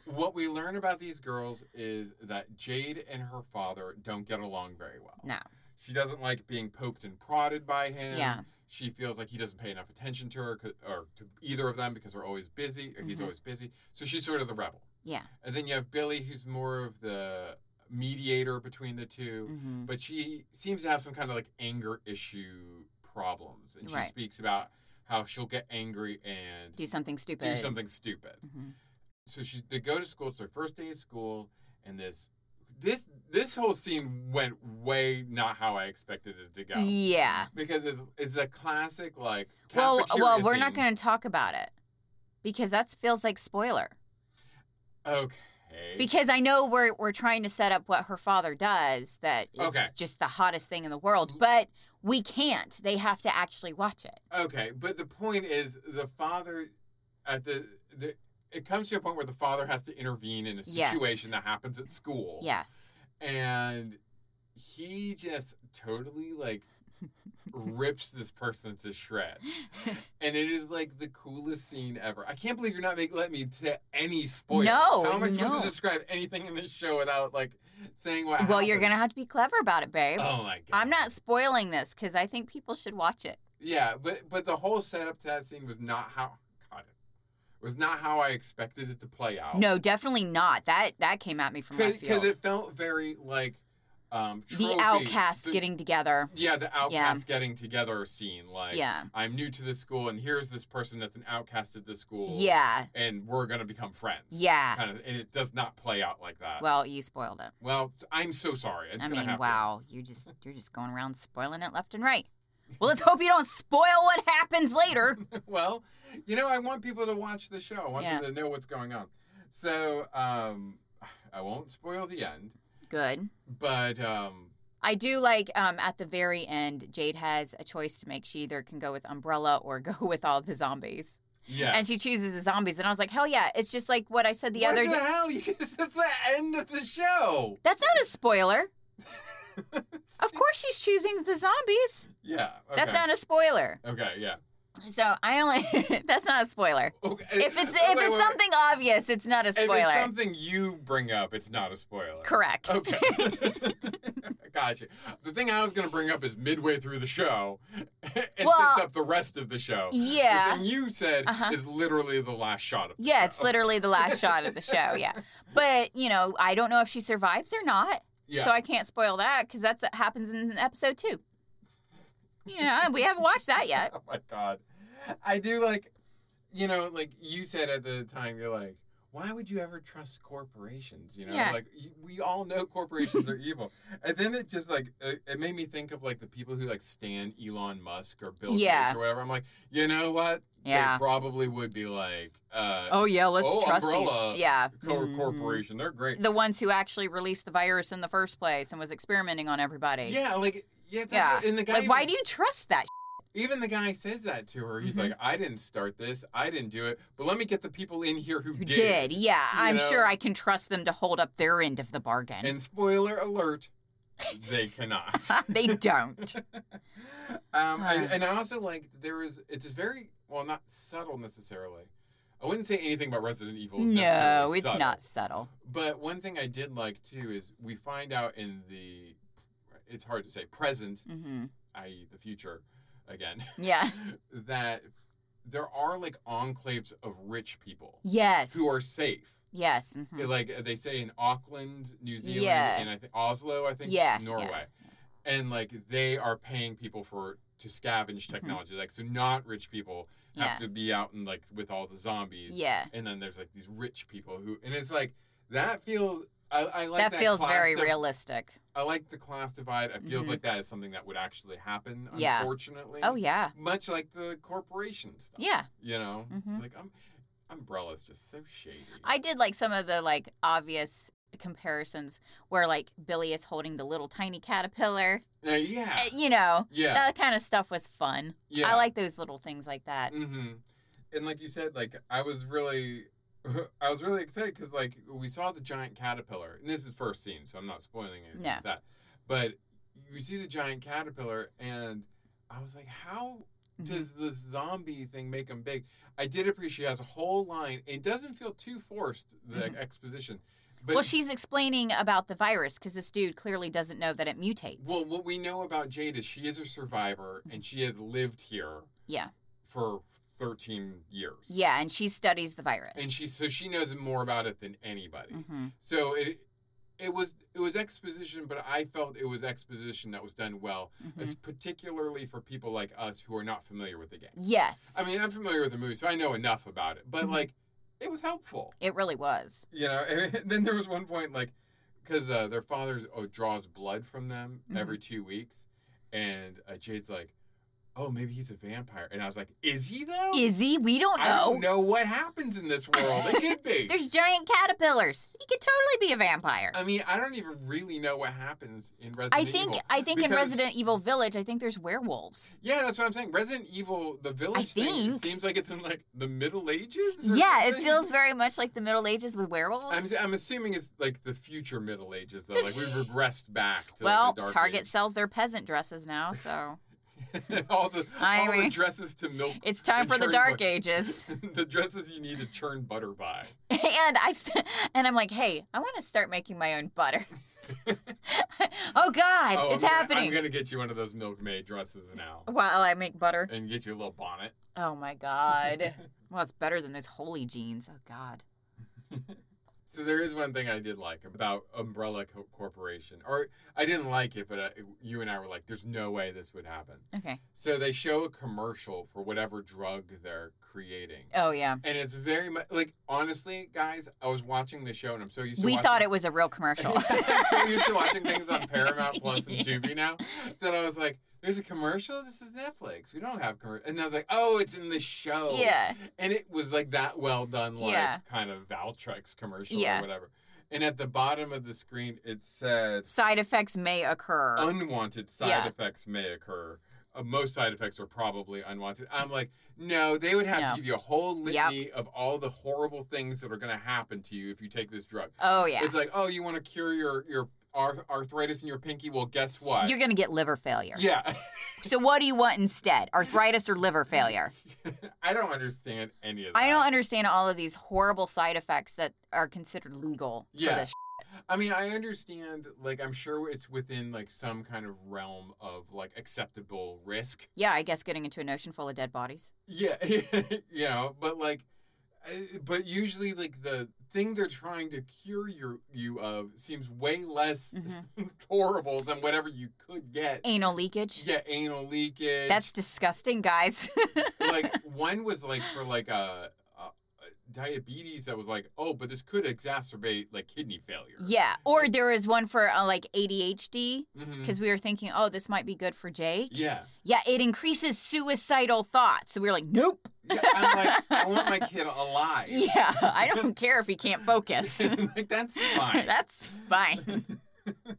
C: What we learn about these girls is that Jade and her father don't get along very well.
B: No.
C: She doesn't like being poked and prodded by him.
B: Yeah.
C: She feels like he doesn't pay enough attention to her 'cause- or to either of them because they're always busy or he's
B: Mhm.
C: always busy. So she's sort of the rebel.
B: Yeah.
C: And then you have Billy, who's more of the mediator between the 2
B: hmm
C: but she seems to have some kind of like anger issue problems. And she
B: Right.
C: speaks about how she'll get angry and
B: Do something stupid.
C: do something stupid
B: Mhm.
C: so she they go to school. It's their first day of school, and this this this whole scene went way not how I expected it to go.
B: Yeah.
C: Because it's it's a classic like
B: Well,
C: cafeteria
B: well, we're not
C: scene.
B: going to talk about it because that feels like spoiler.
C: okay
B: Because I know we're we're trying to set up what her father does that is
C: Okay.
B: just the hottest thing in the world, but we can't. They have to actually watch it.
C: okay. But the point is the father at the the. It comes to a point where the father has to intervene in a
B: Yes.
C: situation that happens at school.
B: Yes.
C: And he just totally like rips this person to shreds. And it is like the coolest scene ever. I can't believe you're not make, letting me to any spoilers.
B: No,
C: How am I supposed
B: no.
C: to describe anything in this show without like saying what
B: well, you're gonna
C: happens?
B: have to be clever about it, babe.
C: Oh my god.
B: I'm not spoiling this because I think people should watch it.
C: Yeah, but but the whole setup to that scene was not how God, it was not how I expected it to play out.
B: No, definitely not. That that came at me from left
C: because
B: field.
C: Oh. it felt very like um
B: the
C: trophy-
B: outcasts
C: the-
B: getting together.
C: yeah the outcasts getting together scene like
B: yeah,
C: I'm new to this school and here's this person that's an outcast at this school
B: yeah,
C: and we're gonna become friends
B: yeah.
C: kind of and it does not play out like that.
B: Well, you spoiled it.
C: Well, I'm so sorry. It's
B: I
C: gonna
B: mean,
C: have to-
B: wow, you just you're just going around spoiling it left and right. Well, let's hope you don't spoil what happens later.
C: well, you know, I want people to watch the show. I want
B: Yeah.
C: them to know what's going on. So, um, I won't spoil the end,
B: Good.
C: but um,
B: I do like um, at the very end, Jade has a choice to make. She either can go with Umbrella or go with all the zombies.
C: yeah.
B: And she chooses the zombies. And I was like, hell yeah. It's just like what I said the
C: what
B: other
C: the
B: day.
C: hell? You just, that's the end of the show.
B: That's not a spoiler. of course she's choosing the zombies.
C: Yeah. Okay.
B: That's not a spoiler.
C: Okay. Yeah.
B: So I only, that's not a spoiler.
C: Okay. Oh,
B: If it's, if
C: Wait, wait,
B: it's
C: wait.
B: something obvious, it's not a
C: If it's
B: spoiler.
C: something you bring up, it's not a spoiler.
B: Correct.
C: Okay. gotcha. The thing I was going to bring up is midway through the show, it
B: Well,
C: sets up the rest of the show. The
B: yeah.
C: thing you said
B: Uh-huh.
C: is literally the last shot of the
B: Yeah,
C: show.
B: it's literally the last shot of the show. Yeah. But, you know, I don't know if she survives or not.
C: Yeah.
B: So I can't spoil that because that's what happens in episode two. Yeah, we haven't watched that yet.
C: oh my god. I do like, you know, like you said at the time, you're like, why would you ever trust corporations? You know,
B: Yeah.
C: like y- we all know corporations are evil. And then it just like uh, it, it made me think of like the people who like stan Elon Musk or Bill
B: Yeah.
C: Gates or whatever. I'm like, you know what?
B: Yeah.
C: They probably would be like, uh,
B: Oh yeah, let's
C: Oh,
B: trust
C: Umbrella.
B: these. Yeah.
C: co-
B: Mhm.
C: corporation. They're great.
B: The ones who actually released the virus in the first place and was experimenting on everybody.
C: Yeah, like yeah, that's
B: Yeah.
C: What, and the guy
B: Like, why
C: even
B: do you
C: s-
B: trust that?
C: even the guy says that to her. He's
B: Mhm.
C: like, I didn't start this. I didn't do it. But let me get the people in here who,
B: Who did? Yeah,
C: You
B: I'm
C: know?
B: sure I can trust them to hold up their end of the bargain.
C: And spoiler alert, they cannot.
B: they don't.
C: Um, I,
B: Huh.
C: and I also like there is it's very well not subtle necessarily. I wouldn't say anything about Resident Evil. Is
B: No,
C: necessarily
B: it's
C: subtle.
B: not subtle.
C: But one thing I did like too is we find out in the it's hard to say present,
B: hmm
C: i.e., the future, again.
B: Yeah.
C: that there are like enclaves of rich people
B: Yes.
C: who are safe.
B: yes. mhm.
C: Like uh, they say in Auckland, New Zealand,
B: Yeah.
C: and I think Oslo, I think
B: Yeah, yeah.
C: Norway, and like they are paying people for to scavenge technology. Like so, not rich people
B: Mm-hmm. Yeah.
C: have to be out and like with all the zombies.
B: Yeah.
C: And then there's like these rich people who, and it's like that feels. I, I like
B: that,
C: that,
B: feels
C: class
B: very
C: div-
B: realistic.
C: I like the class divide. It feels
B: Mhm.
C: like that is something that would actually happen.
B: Yeah.
C: Unfortunately.
B: Oh yeah.
C: Much like the corporation stuff.
B: Yeah.
C: You know,
B: Mhm.
C: like um, umbrella's just so shady.
B: I did like some of the like obvious comparisons where like Billy is holding the little tiny caterpillar.
C: Uh, yeah.
B: Uh, You know,
C: Yeah.
B: that kind of stuff was fun.
C: yeah.
B: I like those little things like that.
C: Mm-hmm. And like you said, like I was really, I was really excited because like we saw the giant caterpillar, and this is first scene, so I'm not spoiling anything
B: No.
C: with that. But you see the giant caterpillar, and I was like, how
B: Mm-hmm.
C: does this zombie thing make him big? I did appreciate it has a whole line. It doesn't feel too forced the
B: Mhm.
C: exposition, but
B: Well, she's explaining about the virus because this dude clearly doesn't know that it mutates.
C: Well, what we know about Jade is she is a survivor and she has lived here
B: Mm-hmm. yeah,
C: for 13 years.
B: yeah, and she studies the virus.
C: And she so she knows more about it than anybody.
B: hmm
C: So it it was it was exposition, but I felt it was exposition that was done well,
B: Mm-hmm.
C: It's particularly for people like us who are not familiar with the game.
B: Yes,
C: I mean, I'm familiar with the movie, so I know enough about it. But
B: Mhm.
C: like, it was helpful.
B: it really was.
C: You know, and then there was one point like because uh, their father oh, draws blood from them
B: Mhm.
C: every two weeks, and uh, Jade's like, "Oh, maybe he's a vampire," and I was like, "Is he though?
B: Izzy, we don't know.
C: I don't know what happens in this world. It could be.
B: There's giant caterpillars. He could totally be a vampire.
C: I mean, I don't even really know what happens in Resident
B: I think.
C: Evil.
B: I think in
C: because-
B: Resident Evil Village, I think there's werewolves.
C: Yeah, that's what I'm saying. Resident Evil, the village thing
B: think.
C: seems like it's in like the Middle Ages. or
B: Yeah, it
C: something.
B: feels very much like the Middle Ages with werewolves.
C: I'm, I'm assuming it's like the future Middle Ages, though. Like we've regressed back to like,
B: well,
C: the Dark
B: Target
C: Age.
B: sells their peasant dresses now, so
C: all the
B: I
C: all the
B: mean-
C: dresses to milk.
B: It's time
C: and
B: for the
C: churn
B: dark
C: butter-
B: ages.
C: the dresses you need to churn butter by.
B: and I've s- and I'm like, hey, I want to start making my own butter. oh God,
C: Oh,
B: it's
C: I'm gonna-
B: happening. Oh.
C: I'm gonna get you one of those milkmaid dresses now,
B: While I make butter.
C: and get you a little bonnet.
B: Oh my God. well, it's better than those holy jeans. Oh God.
C: So there is one thing I did like about Umbrella Co- Corporation, or I didn't like it, but I, you and I were like, "There's no way this would happen."
B: Okay.
C: So they show a commercial for whatever drug they're creating,
B: Oh yeah.
C: and it's very much like honestly, guys. I was watching the show, and I'm so used to
B: we
C: watching-
B: thought it was a real commercial.
C: I'm so used to watching things on Paramount Plus and Tubi now that I was like, "There's a commercial. This is Netflix. We don't have commercial." And I was like, "Oh, it's in the show."
B: yeah.
C: And it was like that well done, like
B: Yeah.
C: kind of Valtrex commercial
B: Yeah.
C: or whatever. And at the bottom of the screen, it said
B: Side effects may occur.
C: Oh, unwanted side
B: Yeah.
C: effects may occur. Uh, most side effects are probably unwanted. I'm like, no, they would have
B: No.
C: to give you a whole
B: Yep.
C: litany of all the horrible things that are going to happen to you if you take this drug.
B: oh yeah.
C: It's like, oh, you want to cure your your ar- arthritis in your pinky? Well, guess what?
B: You're gonna get liver failure.
C: yeah,
B: So what do you want instead? Arthritis or liver failure?
C: I don't understand any of that.
B: I don't understand all of these horrible side effects that are considered legal
C: Yeah.
B: for this.
C: I mean, I understand. Like, I'm sure it's within like some kind of realm of like acceptable risk.
B: Yeah, I guess getting into an ocean full of dead bodies.
C: Yeah, you know, but like, I- but usually like the thing they're trying to cure your you of seems way less
B: Mm-hmm.
C: horrible than whatever you could get.
B: Anal leakage.
C: yeah, anal leakage.
B: That's disgusting, guys.
C: like one was like for like a, a, a diabetes that was like oh but this could exacerbate like kidney failure
B: yeah. Or there was one for uh, like ADHD
C: Mhm.
B: because we were thinking, oh, this might be good for Jake.
C: yeah
B: Yeah, it increases suicidal thoughts. So we were like, nope.
C: yeah i'm like i want my kid alive
B: Yeah, I don't care if he can't focus.
C: like that's fine
B: That's fine.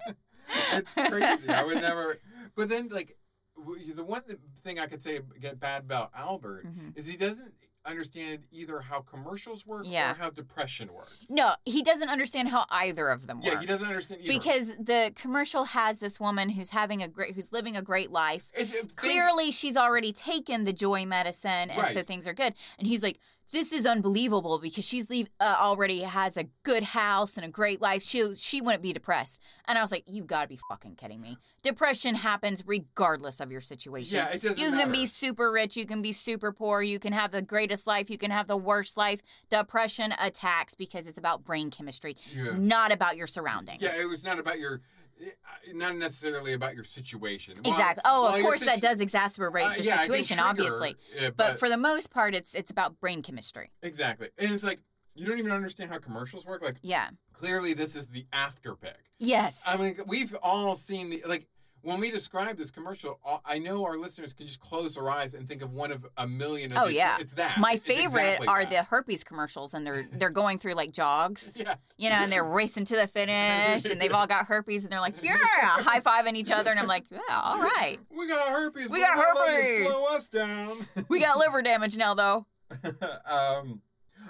C: it's crazy i would never but then like w- the one thing i could say get bad about albert
B: Mhm.
C: is he doesn't understand either how commercials work
B: Yeah.
C: or how depression works
B: No, he doesn't understand how either of them
C: yeah
B: works.
C: he doesn't understand either.
B: Because the commercial has this woman who's having a great, who's living a great life,
C: It- it- think-
B: clearly she's already taken the joy medicine and so
C: Right.
B: things are good and he's like this is unbelievable because she's leave, uh, already has a good house and a great life she she wouldn't be depressed and i was like you got to be fucking kidding me depression happens regardless of your situation
C: Yeah, it doesn't
B: you can be
C: matter.
B: super rich you can be super poor you can have the greatest life you can have the worst life depression attacks because it's about brain chemistry
C: Yeah.
B: not about your surroundings
C: Yeah, it was not about your, eh, not necessarily about your situation. Well,
B: Exactly. oh,
C: well,
B: of
C: your
B: course that
C: situ-
B: does exacerbate
C: uh,
B: the
C: yeah, it can
B: situation,
C: trigger,
B: obviously.
C: yeah,
B: but, for the most part, it's it's about brain chemistry.
C: exactly, and it's like you don't even understand how commercials work. Like
B: Yeah.
C: clearly, this is the after pick.
B: Yes.
C: I mean, we've all seen the like. When we describe this commercial, all- I know our listeners can just close their eyes and think of one of a million. Of
B: Oh,
C: these-
B: yeah.
C: it's that.
B: My
C: It's
B: favorite
C: exactly
B: are
C: that.
B: the herpes commercials, and they're they're going through like jogs,
C: yeah.
B: you know, and they're racing to the finish, and they've all got herpes, and they're like, yeah, high fiving each other, and I'm like, yeah, all right,
C: We got herpes.
B: We got
C: but don't let it
B: herpes.
C: Slow us down.
B: we got liver damage now though.
C: um,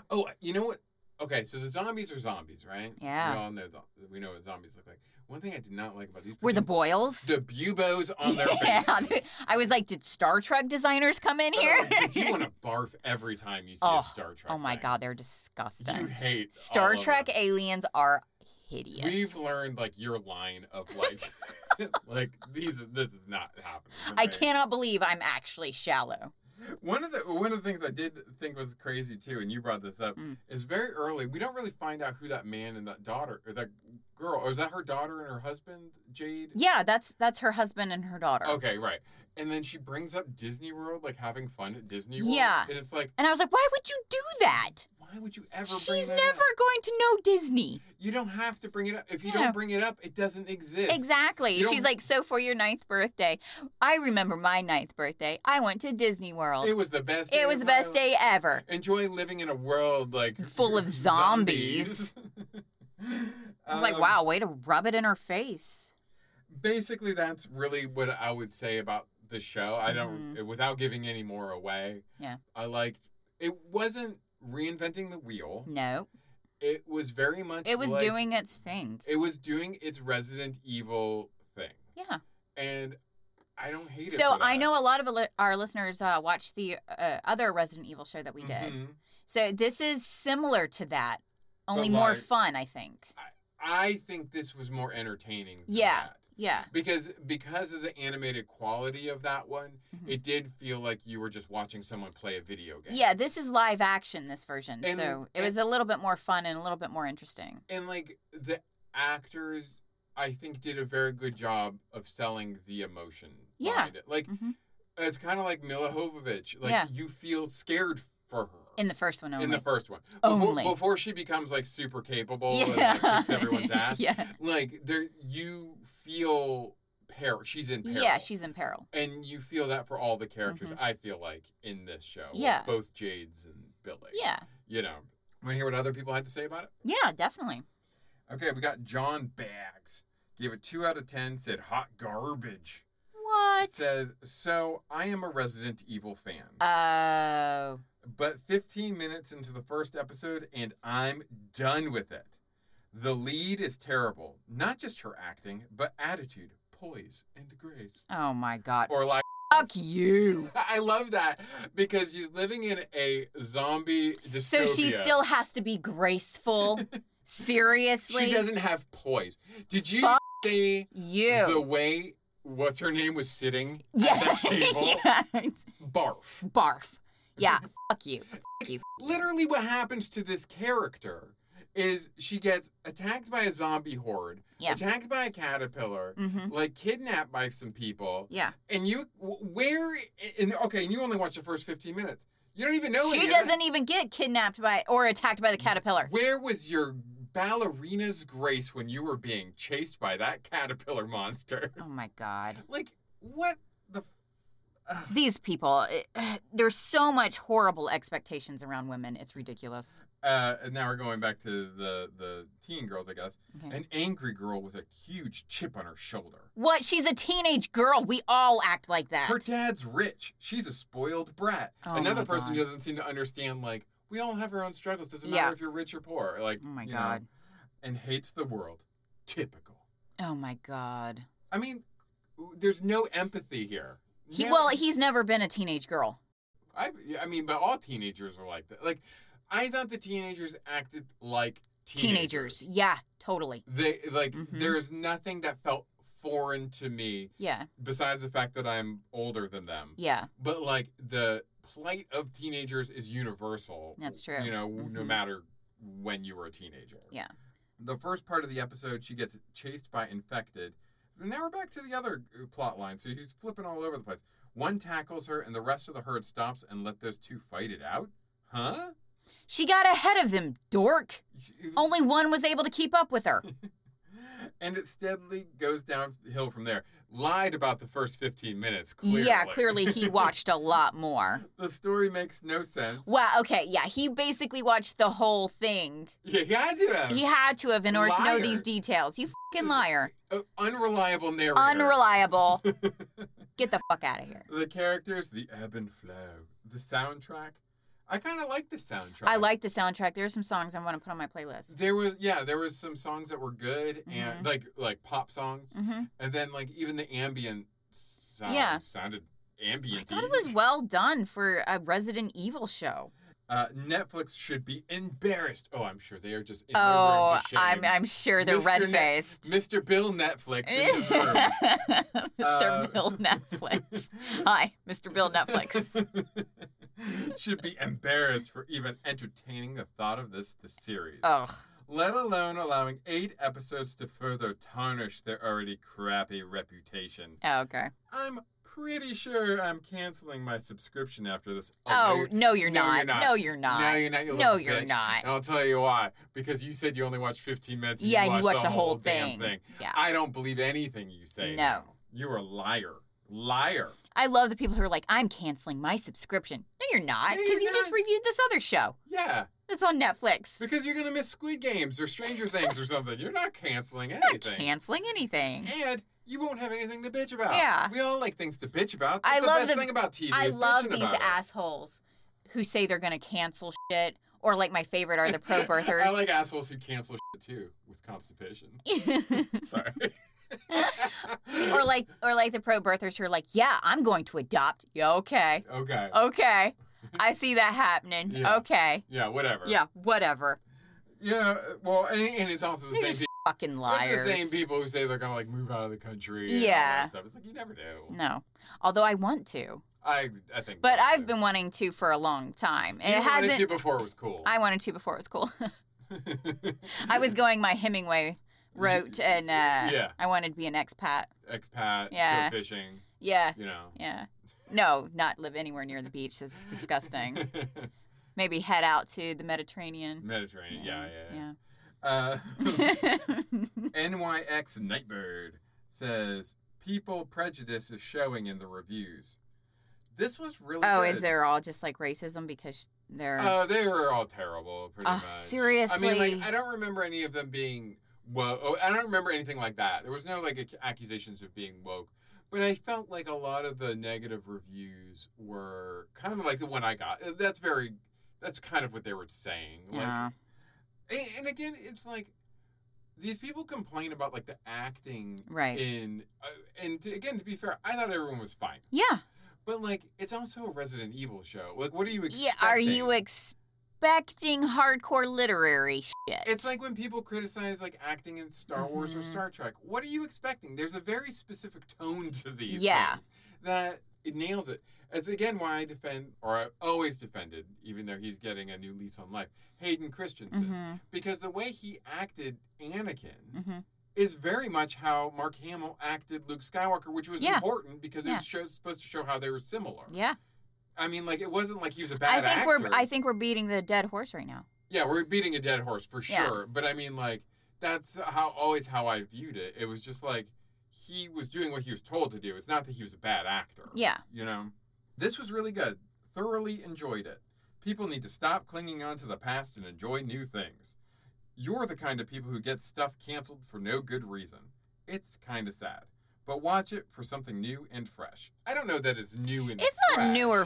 C: oh, you know what? Okay, so the zombies are zombies, right?
B: Yeah.
C: We all know that. We know what zombies look like. One thing I did not like about these
B: Were the
C: particular-
B: boils?
C: the buboes on their faces.
B: I was like, did Star Trek designers come in here?
C: Oh, 'cause you want to barf every time you see
B: Oh,
C: a Star Trek.
B: oh my
C: thing.
B: god, they're
C: You
B: disgusting.
C: hate all
B: Star
C: of
B: Trek
C: them.
B: aliens are hideous.
C: We've learned like your line of like, like these. This is not happening. for
B: I
C: me.
B: cannot believe I'm actually shallow.
C: One of the one of the things I did think was crazy too, and you brought this up,
B: Mm.
C: is very early. We don't really find out who that man and that daughter or that girl, or is that her daughter and her husband, Jade?
B: Yeah, that's that's her husband and her daughter.
C: Okay, right. And then she brings up Disney World, like having fun at Disney World.
B: Yeah.
C: And it's like,
B: And I was like, why would you do that?
C: why would you ever bring
B: She's
C: that
B: never
C: up?
B: going to know Disney.
C: You don't have to bring it up. If you
B: Yeah.
C: don't bring it up, it doesn't exist.
B: Exactly.
C: You don't-
B: She's like, so for your ninth birthday, I remember my ninth birthday. I went to Disney World.
C: It was the best day
B: It was
C: of
B: the
C: my
B: best
C: life.
B: day ever.
C: Enjoy living in a world like
B: Full of zombies.
C: zombies.
B: I was like,
C: Um,
B: wow, way to rub it in her face.
C: basically that's really what I would say about the show. I don't eh, without giving any more away.
B: Mm-hmm. Yeah.
C: I liked it wasn't reinventing the wheel.
B: No,
C: It was very much
B: Mm. it was
C: like-
B: doing its thing.
C: it was doing its Resident Evil thing.
B: Yeah.
C: And I don't hate it.
B: So
C: for
B: I
C: that.
B: know a lot of li- our listeners uh, watched the uh, other Resident Evil show that we did.
C: Mhm.
B: So this is similar to that, only
C: But,
B: more
C: like-
B: fun, I think.
C: I think this was more entertaining. than
B: Yeah.
C: that.
B: Yeah.
C: because because of the animated quality of that one,
B: Mhm.
C: it did feel like you were just watching someone play a video game.
B: Yeah, this is live action, this version.
C: And-
B: so it
C: and-
B: was a little bit more fun and a little bit more interesting.
C: and like the actors, I think did a very good job of selling the emotion.
B: Yeah.
C: behind it. like
B: Mhm.
C: it's kind of like Mila Jovovich. Like
B: Yeah.
C: you feel scared for her.
B: In the first one only.
C: in the first one, before,
B: Only.
C: before she becomes like super capable and
B: yeah.
C: like, kicks everyone's ass,
B: yeah.
C: like there you feel peril. She's in peril.
B: Yeah, she's in peril.
C: and you feel that for all the characters i feel like in this show with
B: Mm-hmm. Yeah.
C: both jades and billy
B: Yeah.
C: you know want to hear what other people had to say about it
B: Yeah, definitely.
C: okay we got john bags gave it two out of ten said hot garbage
B: What? Uh.
C: says so i am a resident evil fan
B: Oh.
C: but 15 minutes into the first episode and i'm done with it the lead is terrible not just her acting but attitude poise and grace
B: Oh my god.
C: or like
B: Fuck you.
C: I love that because she's living in a zombie dystopia.
B: So she
C: uh,
B: still has to be graceful. Seriously.
C: She doesn't have poise. Did you
B: Fuck
C: see
B: You.
C: the way what's her name was sitting
B: yeah.
C: at that table?
B: yeah. it's-
C: Barf.
B: Barf. Yeah. Fuck you. Fuck you.
C: Literally, what happens to this character is she gets attacked by a zombie horde,
B: Yeah.
C: attacked by a caterpillar,
B: Mm-hmm.
C: like kidnapped by some people,
B: Yeah.
C: and you wh- where? And okay, and you only watch the first fifteen minutes. You don't even know.
B: She
C: any of that.
B: doesn't even get kidnapped by or attacked by the caterpillar.
C: Where was your ballerina's grace when you were being chased by that caterpillar monster?
B: Oh my god.
C: Like, what the? Ugh.
B: These people, it- there's so much horrible expectations around women. It's ridiculous.
C: Uh, and now we're going back to the the teen girls, I guess.
B: Okay.
C: An angry girl with a huge chip on her shoulder.
B: What? She's a teenage girl. We all act like that.
C: Her dad's rich. She's a spoiled brat.
B: Oh
C: Another
B: my
C: person
B: God.
C: doesn't seem to understand. Like, we all have our own struggles. Doesn't
B: Yeah.
C: matter if you're rich or poor. Like,
B: oh my
C: you know,
B: god.
C: and hates the world. Typical.
B: Oh my god.
C: I mean, there's no empathy here.
B: He,
C: No
B: well, he's never been a teenage girl.
C: I, I mean, but all teenagers are like that. Like, I thought the teenagers acted like
B: Teenagers.
C: teenagers.
B: Yeah, totally.
C: They like
B: Mhm.
C: there is nothing that felt foreign to me
B: Yeah,
C: besides the fact that I'm older than them.
B: yeah.
C: But like the plight of teenagers is universal.
B: That's true.
C: You know, no
B: Mhm.
C: matter when you were a teenager.
B: Yeah.
C: The first part of the episode, she gets chased by infected. And now we're back to the other uh, plot line. So he's flipping all over the place. One tackles her, and the rest of the herd stops and let those two fight it out. Huh?
B: She got ahead of them, dork.
C: She-
B: Only one was able to keep up with her.
C: And it steadily goes downhill from there. Lied about the first 15 minutes. Clearly.
B: Yeah, clearly he watched a lot more.
C: the story makes no sense.
B: Wow, okay, yeah. He basically watched the whole thing.
C: Yeah, he had to have.
B: He had to have in order to know
C: Liar.
B: these details. You fucking liar.
C: Uh, unreliable narrator.
B: Unreliable. Get the fuck out of here.
C: The characters, the ebb and flow, the soundtrack. I kind of like the soundtrack.
B: I like the soundtrack. There's some songs I want to put on my playlist.
C: There was yeah, there was some songs that were good
B: Mhm.
C: and like like pop songs,
B: hmm
C: and then like even the ambient sound
B: Yeah.
C: sounded
B: I
C: ambient.
B: thought it was well done for a Resident Evil show.
C: Uh, Netflix should be embarrassed. Oh, I'm sure they are just in
B: Oh,
C: their rooms of shame.
B: I'm I'm sure they're
C: Mr.
B: red faced.
C: Mr. Bill Netflix in his room.
B: Mr.
C: Uh,
B: Bill Netflix. Hi, Mr. Bill Netflix.
C: should be embarrassed for even entertaining the thought of this the series.
B: Ugh.
C: let alone allowing eight episodes to further tarnish their already crappy reputation.
B: Oh, okay.
C: I'm pretty sure I'm canceling my subscription after this. no,
B: Oh,
C: you're-
B: no, you're
C: no, you're
B: not.
C: not.
B: No, you're
C: No,
B: not.
C: you're not. You
B: No,
C: little
B: you're
C: bitch.
B: not.
C: And I'll tell you why. Because you said you only watched 15 minutes. And
B: Yeah,
C: you
B: and you
C: watched
B: watch
C: the,
B: the whole
C: damn
B: thing.
C: thing.
B: Yeah.
C: I don't believe anything you say.
B: No.
C: now. You're a liar. Liar.
B: I love the people who are like, I'm canceling my subscription. No, you're not,
C: No,
B: because you
C: you're
B: just
C: not.
B: reviewed this other show
C: Yeah.
B: that's on Netflix.
C: Because you're going to miss Squid Games or Stranger Things or something. You're not canceling
B: You're not
C: anything.
B: canceling anything.
C: and you won't have anything to bitch about.
B: Yeah.
C: We all like things to bitch about. That's
B: I
C: the
B: love
C: best
B: the-
C: thing about TV.
B: I
C: is
B: love
C: bitching
B: these
C: about it.
B: assholes who say they're going to cancel shit, or like my favorite are the pro birthers.
C: I like assholes who cancel shit too with constipation. Sorry.
B: or like or like the pro birthers who are like, yeah, I'm going to adopt. Yeah, okay.
C: Okay.
B: Okay. I see that happening.
C: Yeah.
B: Okay.
C: Yeah, whatever.
B: Yeah, whatever.
C: Yeah, well, and, and it's also the
B: They're
C: same
B: just
C: people.
B: Fucking
C: It's
B: liars.
C: the same people who say they're gonna like move out of the country. and all that
B: Yeah.
C: stuff. It's like you never do.
B: No. Although I want to.
C: I I think.
B: But
C: we all
B: I've
C: do.
B: been wanting to for a long time.
C: You
B: It
C: wanted
B: hasn't
C: to before it was cool.
B: I wanted to before it was cool. I was going my Hemingway route and uh
C: Yeah.
B: I wanted to be an expat.
C: expat.
B: Yeah.
C: Go fishing.
B: Yeah.
C: You know.
B: Yeah. No, not live anywhere near the beach. That's disgusting. Maybe head out to the Mediterranean.
C: Mediterranean. Mm, Yeah, yeah. yeah.
B: Yeah.
C: Uh, NYX Nightbird says people prejudice is showing in the reviews. This was really.
B: oh, is
C: good.
B: there all just like racism because they're
C: Oh, they were all terrible, pretty
B: Ugh,
C: much. I mean,
B: seriously.
C: like, I don't remember any of them being woke. Oh, I don't remember anything like that. There was no like ac- accusations of being woke, but I felt like a lot of the negative reviews were kind of like the one I got. Uh, That's very. That's kind of what they were saying. Like,
B: yeah.
C: and, and again, it's like these people complain about like the acting
B: right.
C: in, uh, and to, again, to be fair, I thought everyone was fine,
B: yeah.
C: but like it's also a Resident Evil show. Like, what are you expecting?
B: Yeah. Are you expecting hardcore literary shit?
C: It's like when people criticize like acting in Star Wars or
B: Mhm.
C: Star Trek. What are you expecting? There's a very specific tone to these
B: Yeah.
C: things that it nails it. It's again why I defend or I've always defended, even though he's getting a new lease on life, Hayden Christensen.
B: Mhm,
C: Because the way he acted Anakin
B: mhm.
C: is very much how Mark Hamill acted Luke Skywalker, which was
B: Yeah.
C: important because it
B: Yeah.
C: was show, supposed to show how they were similar.
B: Yeah.
C: I mean, like it wasn't like he was a
B: I
C: bad
B: think
C: actor.
B: we're I think we're beating the dead horse right now.
C: Yeah, we're beating a dead horse for
B: Yeah.
C: sure. But I mean, like, that's how always how I viewed it. It was just like he was doing what he was told to do. It's not that he was a bad actor.
B: Yeah.
C: You know, this was really good. Thoroughly enjoyed it. People need to stop clinging on to the past and enjoy new things. You're the kind of people who get stuff canceled for no good reason. It's kind of sad. But watch it for something new and fresh. I don't know that it's new and
B: It's not new or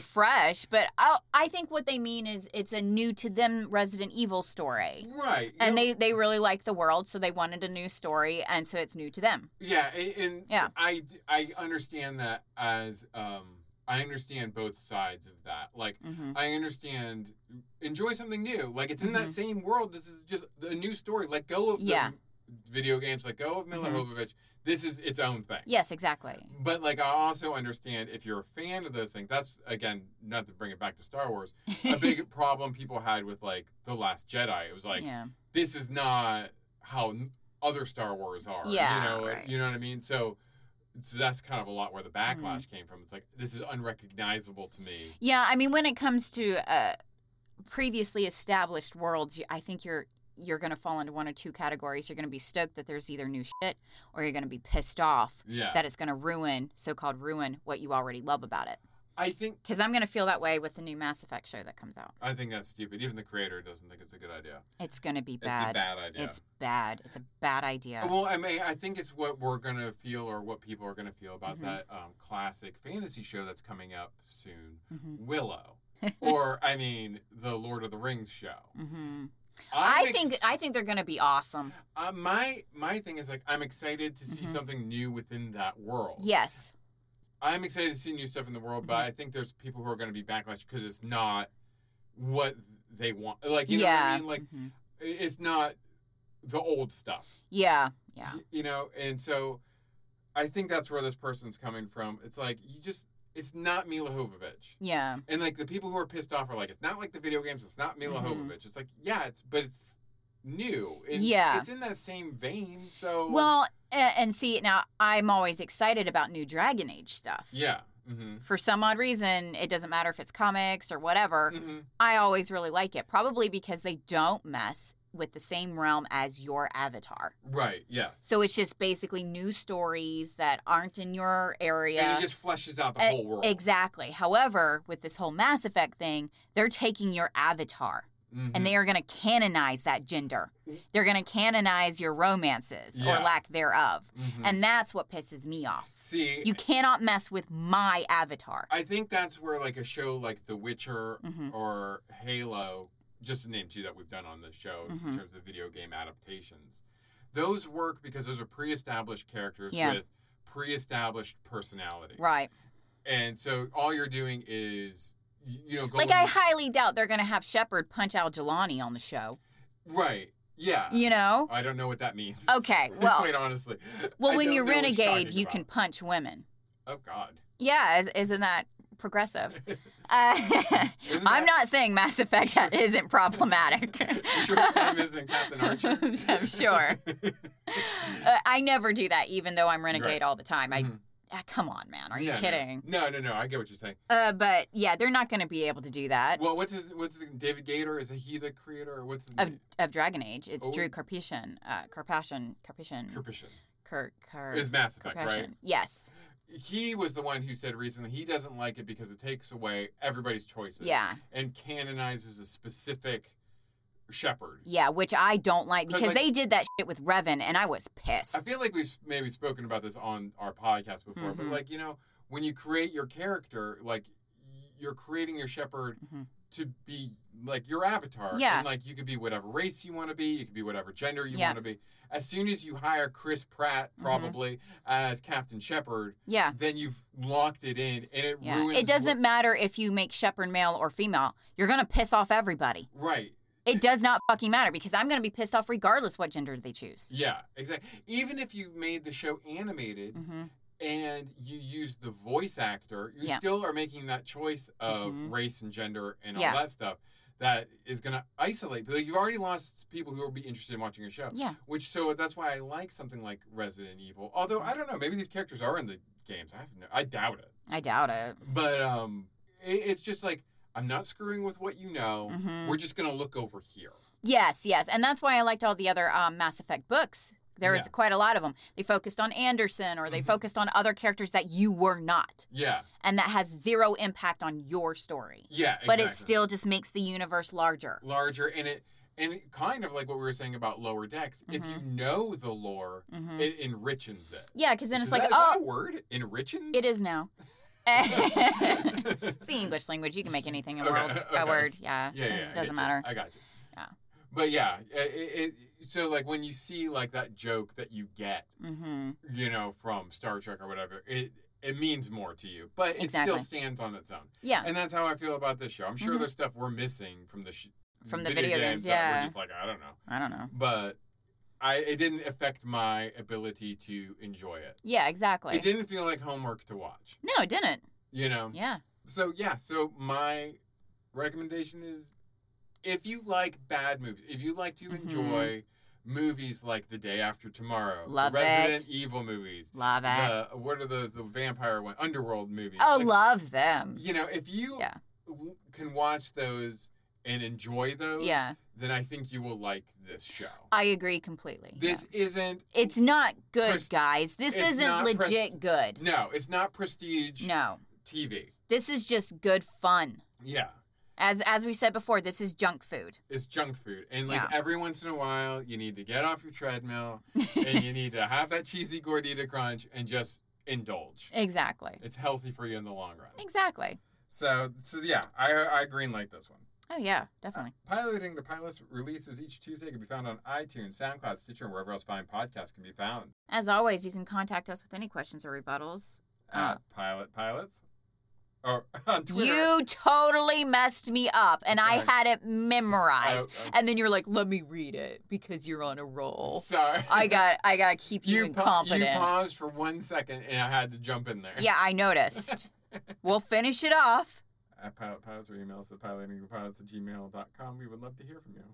B: fresh,
C: fresh.
B: but I I think what they mean is it's a new to them Resident Evil story.
C: Right. you
B: And
C: know-
B: they, they really like the world, so they wanted a new story, and so it's new to them.
C: Yeah, and, and
B: Yeah.
C: I I understand that as um I understand both sides of that. Like
B: hmm
C: I understand enjoy something new. Like it's in that same world. This is just a new story. Let go of
B: Mm-hmm. Yeah. Mm-hmm.
C: the video games. Let go of Mila Jovovich. This is its own thing.
B: Yes, exactly.
C: But like I also understand if you're a fan of those things. That's again not to bring it back to Star Wars. A big problem people had with like the Last Jedi. It was like
B: yeah.
C: this is not how n- other Star Wars are.
B: Yeah,
C: you know,
B: right.
C: you know what I mean. So, so that's kind of a lot where the backlash
B: Mm-hmm.
C: came from. It's like this is unrecognizable to me.
B: Yeah, I mean, when it comes to uh, previously established worlds, you- I think you're you're going to fall into one or two categories. You're going to be stoked that there's either new shit, or you're going to be pissed off
C: Yeah,
B: that it's going to ruin, so-called ruin, what you already love about it.
C: I think
B: Because I'm going to feel that way with the new Mass Effect show that comes out.
C: I think that's stupid. Even the creator doesn't think it's a good idea.
B: It's going to be
C: It's a
B: bad.
C: bad idea.
B: It's bad. It's a bad idea.
C: Well, I mean, I think it's what we're gonna feel, or what people are gonna feel about
B: Mhm.
C: that um, classic fantasy show that's coming up soon,
B: Mhm.
C: Willow, or I mean, the Lord of the Rings show.
B: Mhm. I
C: I'm
B: think
C: ex-
B: I think they're going to be awesome.
C: Uh, my my thing is like I'm excited to see
B: Mhm.
C: something new within that world.
B: Yes.
C: I'm excited to see new stuff in the world,
B: Mm-hmm.
C: but I think there's people who are going to be backlash because it's not what they want. Like you know what
B: yeah.
C: I mean? Like
B: Mhm.
C: i- it's not the old stuff.
B: yeah. Yeah.
C: y- You know, and so I think that's where this person's coming from. It's like you just it's not Mila Jovovich.
B: Yeah.
C: And like the people who are pissed off are like, it's not like the video games. It's not Mila
B: Mhm.
C: Jovovich. It's like, yeah, it's but it's new. and
B: Yeah.
C: it's in that same vein. So
B: Well, a- and see now I'm always excited about new Dragon Age stuff.
C: Yeah. Mm-hmm.
B: For some odd reason, it doesn't matter if it's comics or whatever.
C: Mm. Mm-hmm.
B: I always really like it, probably because they don't mess with the same realm as your avatar.
C: Right. Yes.
B: So it's just basically new stories that aren't in your area.
C: And it just fleshes out the
B: E-
C: whole world.
B: Exactly. However, with this whole Mass Effect thing, they're taking your avatar
C: Mm-hmm.
B: and they are going to canonize that gender. They're going to canonize your romances
C: Yeah.
B: or lack thereof.
C: Mhm.
B: And that's what pisses me off.
C: see.
B: You cannot mess with my avatar.
C: I think that's where like a show like The Witcher
B: Mhm.
C: or Halo, just to name two that we've done on the show in
B: Mhm.
C: terms of video game adaptations, those work because those are pre-established characters
B: Yeah.
C: with pre-established personality.
B: Right.
C: And so all you're doing is y- you know going
B: Like, I highly doubt they're going to have Shepard punch out Jelani on the show.
C: right. Yeah.
B: You know?
C: I don't know what that means.
B: Okay, well-
C: quite honestly.
B: Well,
C: uh, I
B: when
C: don't
B: you're
C: know what
B: renegade,
C: talking
B: you
C: about.
B: can punch women.
C: Oh God.
B: Yeah, is, isn't that progressive? Uh, I'm
C: that-
B: not saying Mass Effect ha- isn't problematic.
C: You sure Cam isn't Captain Archer?
B: I'm sure. Uh, I never do that, even though I'm renegade
C: Right.
B: all the time. I
C: Mhm.
B: ah, come on, man, are you
C: No, no.
B: kidding?
C: No, no, no. I get what you're saying.
B: Uh, but yeah, they're not going to be able to do that.
C: Well, what's his? What's his, David Gator? Is he the creator? Or what's his
B: of,
C: name?
B: of Dragon Age, it's
C: Oh.
B: Drew Carpathian, uh, Carpathian, Carpathian,
C: Kirpishin.
B: Ker, Ker,
C: Is Mass Effect right?
B: Carpathian. Yes,
C: He was the one who said recently he doesn't like it because it takes away everybody's choices.
B: yeah,
C: And canonizes a specific shepherd.
B: yeah, which I don't like
C: 'Cause,
B: because
C: like-
B: they did that shit with Revan, and I was pissed.
C: I feel like we've maybe spoken about this on our podcast before, but
B: Mhm.
C: like you know, when you create your character, like you're creating your shepherd
B: Mhm.
C: to be like your avatar.
B: Yeah.
C: And like you could be whatever race you want to be, you could be whatever gender you
B: Yeah.
C: want to be. As soon as you hire Chris Pratt,
B: Mhm.
C: probably as Captain Shepherd,
B: yeah.
C: then you've locked it in, and it
B: Yeah.
C: ruins.
B: It doesn't matter if you make Shepherd male or female. You're going to piss off everybody.
C: what- right.
B: It does not fucking matter because I'm going to be pissed off regardless what gender they choose.
C: Yeah. Exactly. Even if you made the show animated,
B: hmm
C: and you use the voice actor, you
B: Yeah.
C: still are making that choice of
B: Mhm.
C: race and gender and
B: Yeah.
C: all that stuff that is going to isolate. Like you've already lost people who will be interested in watching your show.
B: Yeah.
C: Which so that's why I like something like Resident Evil. Although
B: Mm-hmm.
C: I don't know, maybe these characters are in the games. I have no, I doubt it.
B: I doubt it.
C: But um, it, it's just like I'm not screwing with what you know.
B: Mhm.
C: We're just going to look over here.
B: Yes, yes. And that's why I liked all the other um, Mass Effect books. There was
C: Yeah.
B: quite a lot of them. They focused on Anderson or they
C: Mhm.
B: focused on other characters that you were not.
C: Yeah.
B: And that has zero impact on your story.
C: Yeah.
B: But it
C: exactly.
B: still just makes the universe larger.
C: larger and it and it kind of like what we were saying about lower decks. If you
B: Mm-hmm.
C: know the lore,
B: Mhm.
C: it enriches it.
B: Yeah, because then it's
C: Is
B: like,
C: that- is that
B: oh,
C: a word enriches.
B: it is now. it's the English language. You can make anything a,
C: Okay,
B: world,
C: okay.
B: a word. Yeah,
C: Yeah, yeah, I
B: it
C: get you.
B: doesn't matter.
C: I got you.
B: Yeah.
C: But yeah, i- i- it, so like when you see like that joke that you get,
B: Mm-hmm.
C: you know, from Star Trek or whatever, it it means more to you, but it
B: Exactly.
C: still stands on its own.
B: Yeah.
C: And that's how I feel about this show. I'm sure
B: Mhm.
C: there's stuff we're missing from the sh-
B: From the video games,
C: that
B: yeah.
C: we're just like I don't know.
B: I don't know.
C: but I it didn't affect my ability to enjoy it.
B: Yeah, exactly.
C: It didn't feel like homework to watch,
B: No, it didn't.
C: you know.
B: Yeah.
C: So yeah, so my recommendation is if you like bad movies, if you like to
B: Mhm.
C: enjoy movies like The Day After Tomorrow, the
B: Love
C: Resident
B: it.
C: Evil movies,
B: Love it.
C: the what are those the vampire one, Underworld movies.
B: oh,
C: like,
B: love them.
C: You know, if you
B: Yeah.
C: w- can watch those and enjoy those,
B: Yeah.
C: then I think you will like this show.
B: I agree completely. yeah.
C: this isn't
B: It's not good,
C: Pres-
B: guys. This
C: it's
B: isn't
C: not pres-
B: legit good.
C: No, it's not prestige
B: No.
C: TV.
B: This is just good fun.
C: Yeah.
B: As as we said before, this is junk food.
C: It's junk food. And like
B: Yeah.
C: every once in a while, you need to get off your treadmill and you need to have that cheesy gordita crunch and just indulge.
B: Exactly.
C: It's healthy for you in the long run.
B: Exactly.
C: So, so yeah, I I green light this one.
B: Oh yeah, definitely.
C: Piloting the Pilots releases each Tuesday can be found on iTunes, SoundCloud, Stitcher, and wherever else fine podcasts can be found.
B: As always, you can contact us with any questions or rebuttals.
C: At
B: Uh.
C: Pilot Pilots. Or on Twitter.
B: You totally messed me up, and I
C: Sorry.
B: had it
C: Oh,
B: memorized.
C: I- I-
B: and then you're like, "Let me read it because you're on a roll."
C: Sorry.
B: I got, I got to keep you,
C: you, pa- you
B: incompetent.
C: paused for one second and I had to jump in there.
B: yeah, I noticed. we'll finish it off.
C: at pilot pilots or emails at pilotingpilots at gmail.com. We would love to hear from you.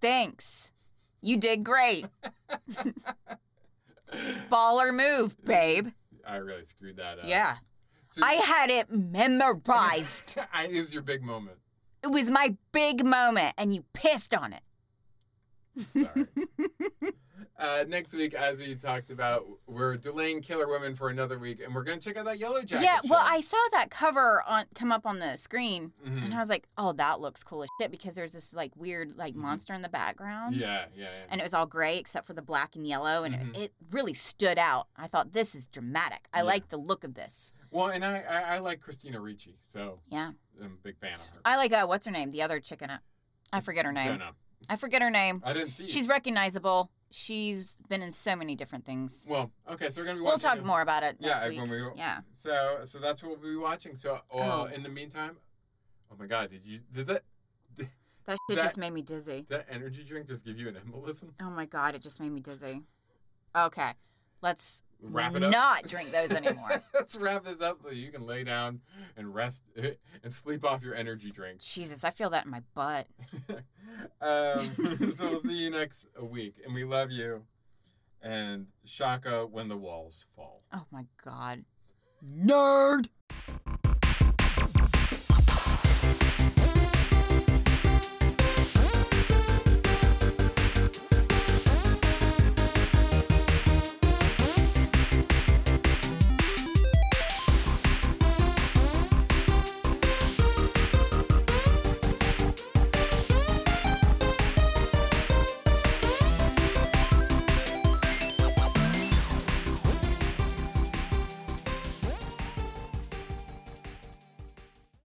B: Thanks. You did great. Baller move, babe.
C: I really screwed that up.
B: Yeah.
C: So-
B: I had it memorized.
C: I, it was your big moment.
B: it was my big moment, and you pissed on it.
C: Sorry. uh, next week, as we talked about, we're delaying Killer Women for another week, and we're going to check out that Yellow Jacket.
B: yeah, well, I saw that cover on come up on the screen,
C: Mhm.
B: and I was like, "Oh, that looks cool as shit," because there's this like weird like
C: Mhm.
B: monster in the background.
C: Yeah, yeah, yeah.
B: And it was all gray except for the black and yellow, and
C: Mhm.
B: it, it really stood out. I thought this is dramatic. I
C: Yeah.
B: like the look of this.
C: well, and I, I, I like Christina Ricci, so
B: Yeah,
C: I'm a big fan of her.
B: I like uh, what's her name, the other chicken. I forget her name.
C: Don't know.
B: I forget her name.
C: I didn't see.
B: She's recognizable. She's been in so many different things.
C: Well, okay, so we're gonna be
B: We'll
C: watching.
B: talk more about it
C: Yeah,
B: next
C: I-
B: week.
C: when we-
B: yeah.
C: So, so that's what we'll be watching. So, uh,
B: Oh.
C: in the meantime, oh my God, did you did that
B: That shit
C: That-
B: just made me dizzy.
C: that energy drink just give you an embolism?
B: Oh my god, it just made me dizzy. Okay. Let's
C: Wrap it up.
B: not drink those anymore.
C: Let's wrap this up so you can lay down and rest and sleep off your energy drink.
B: Jesus, I feel that in my butt.
C: um, so we'll see you next week, and we love you. And Shaka, when the walls fall.
B: Oh my god. Nerd.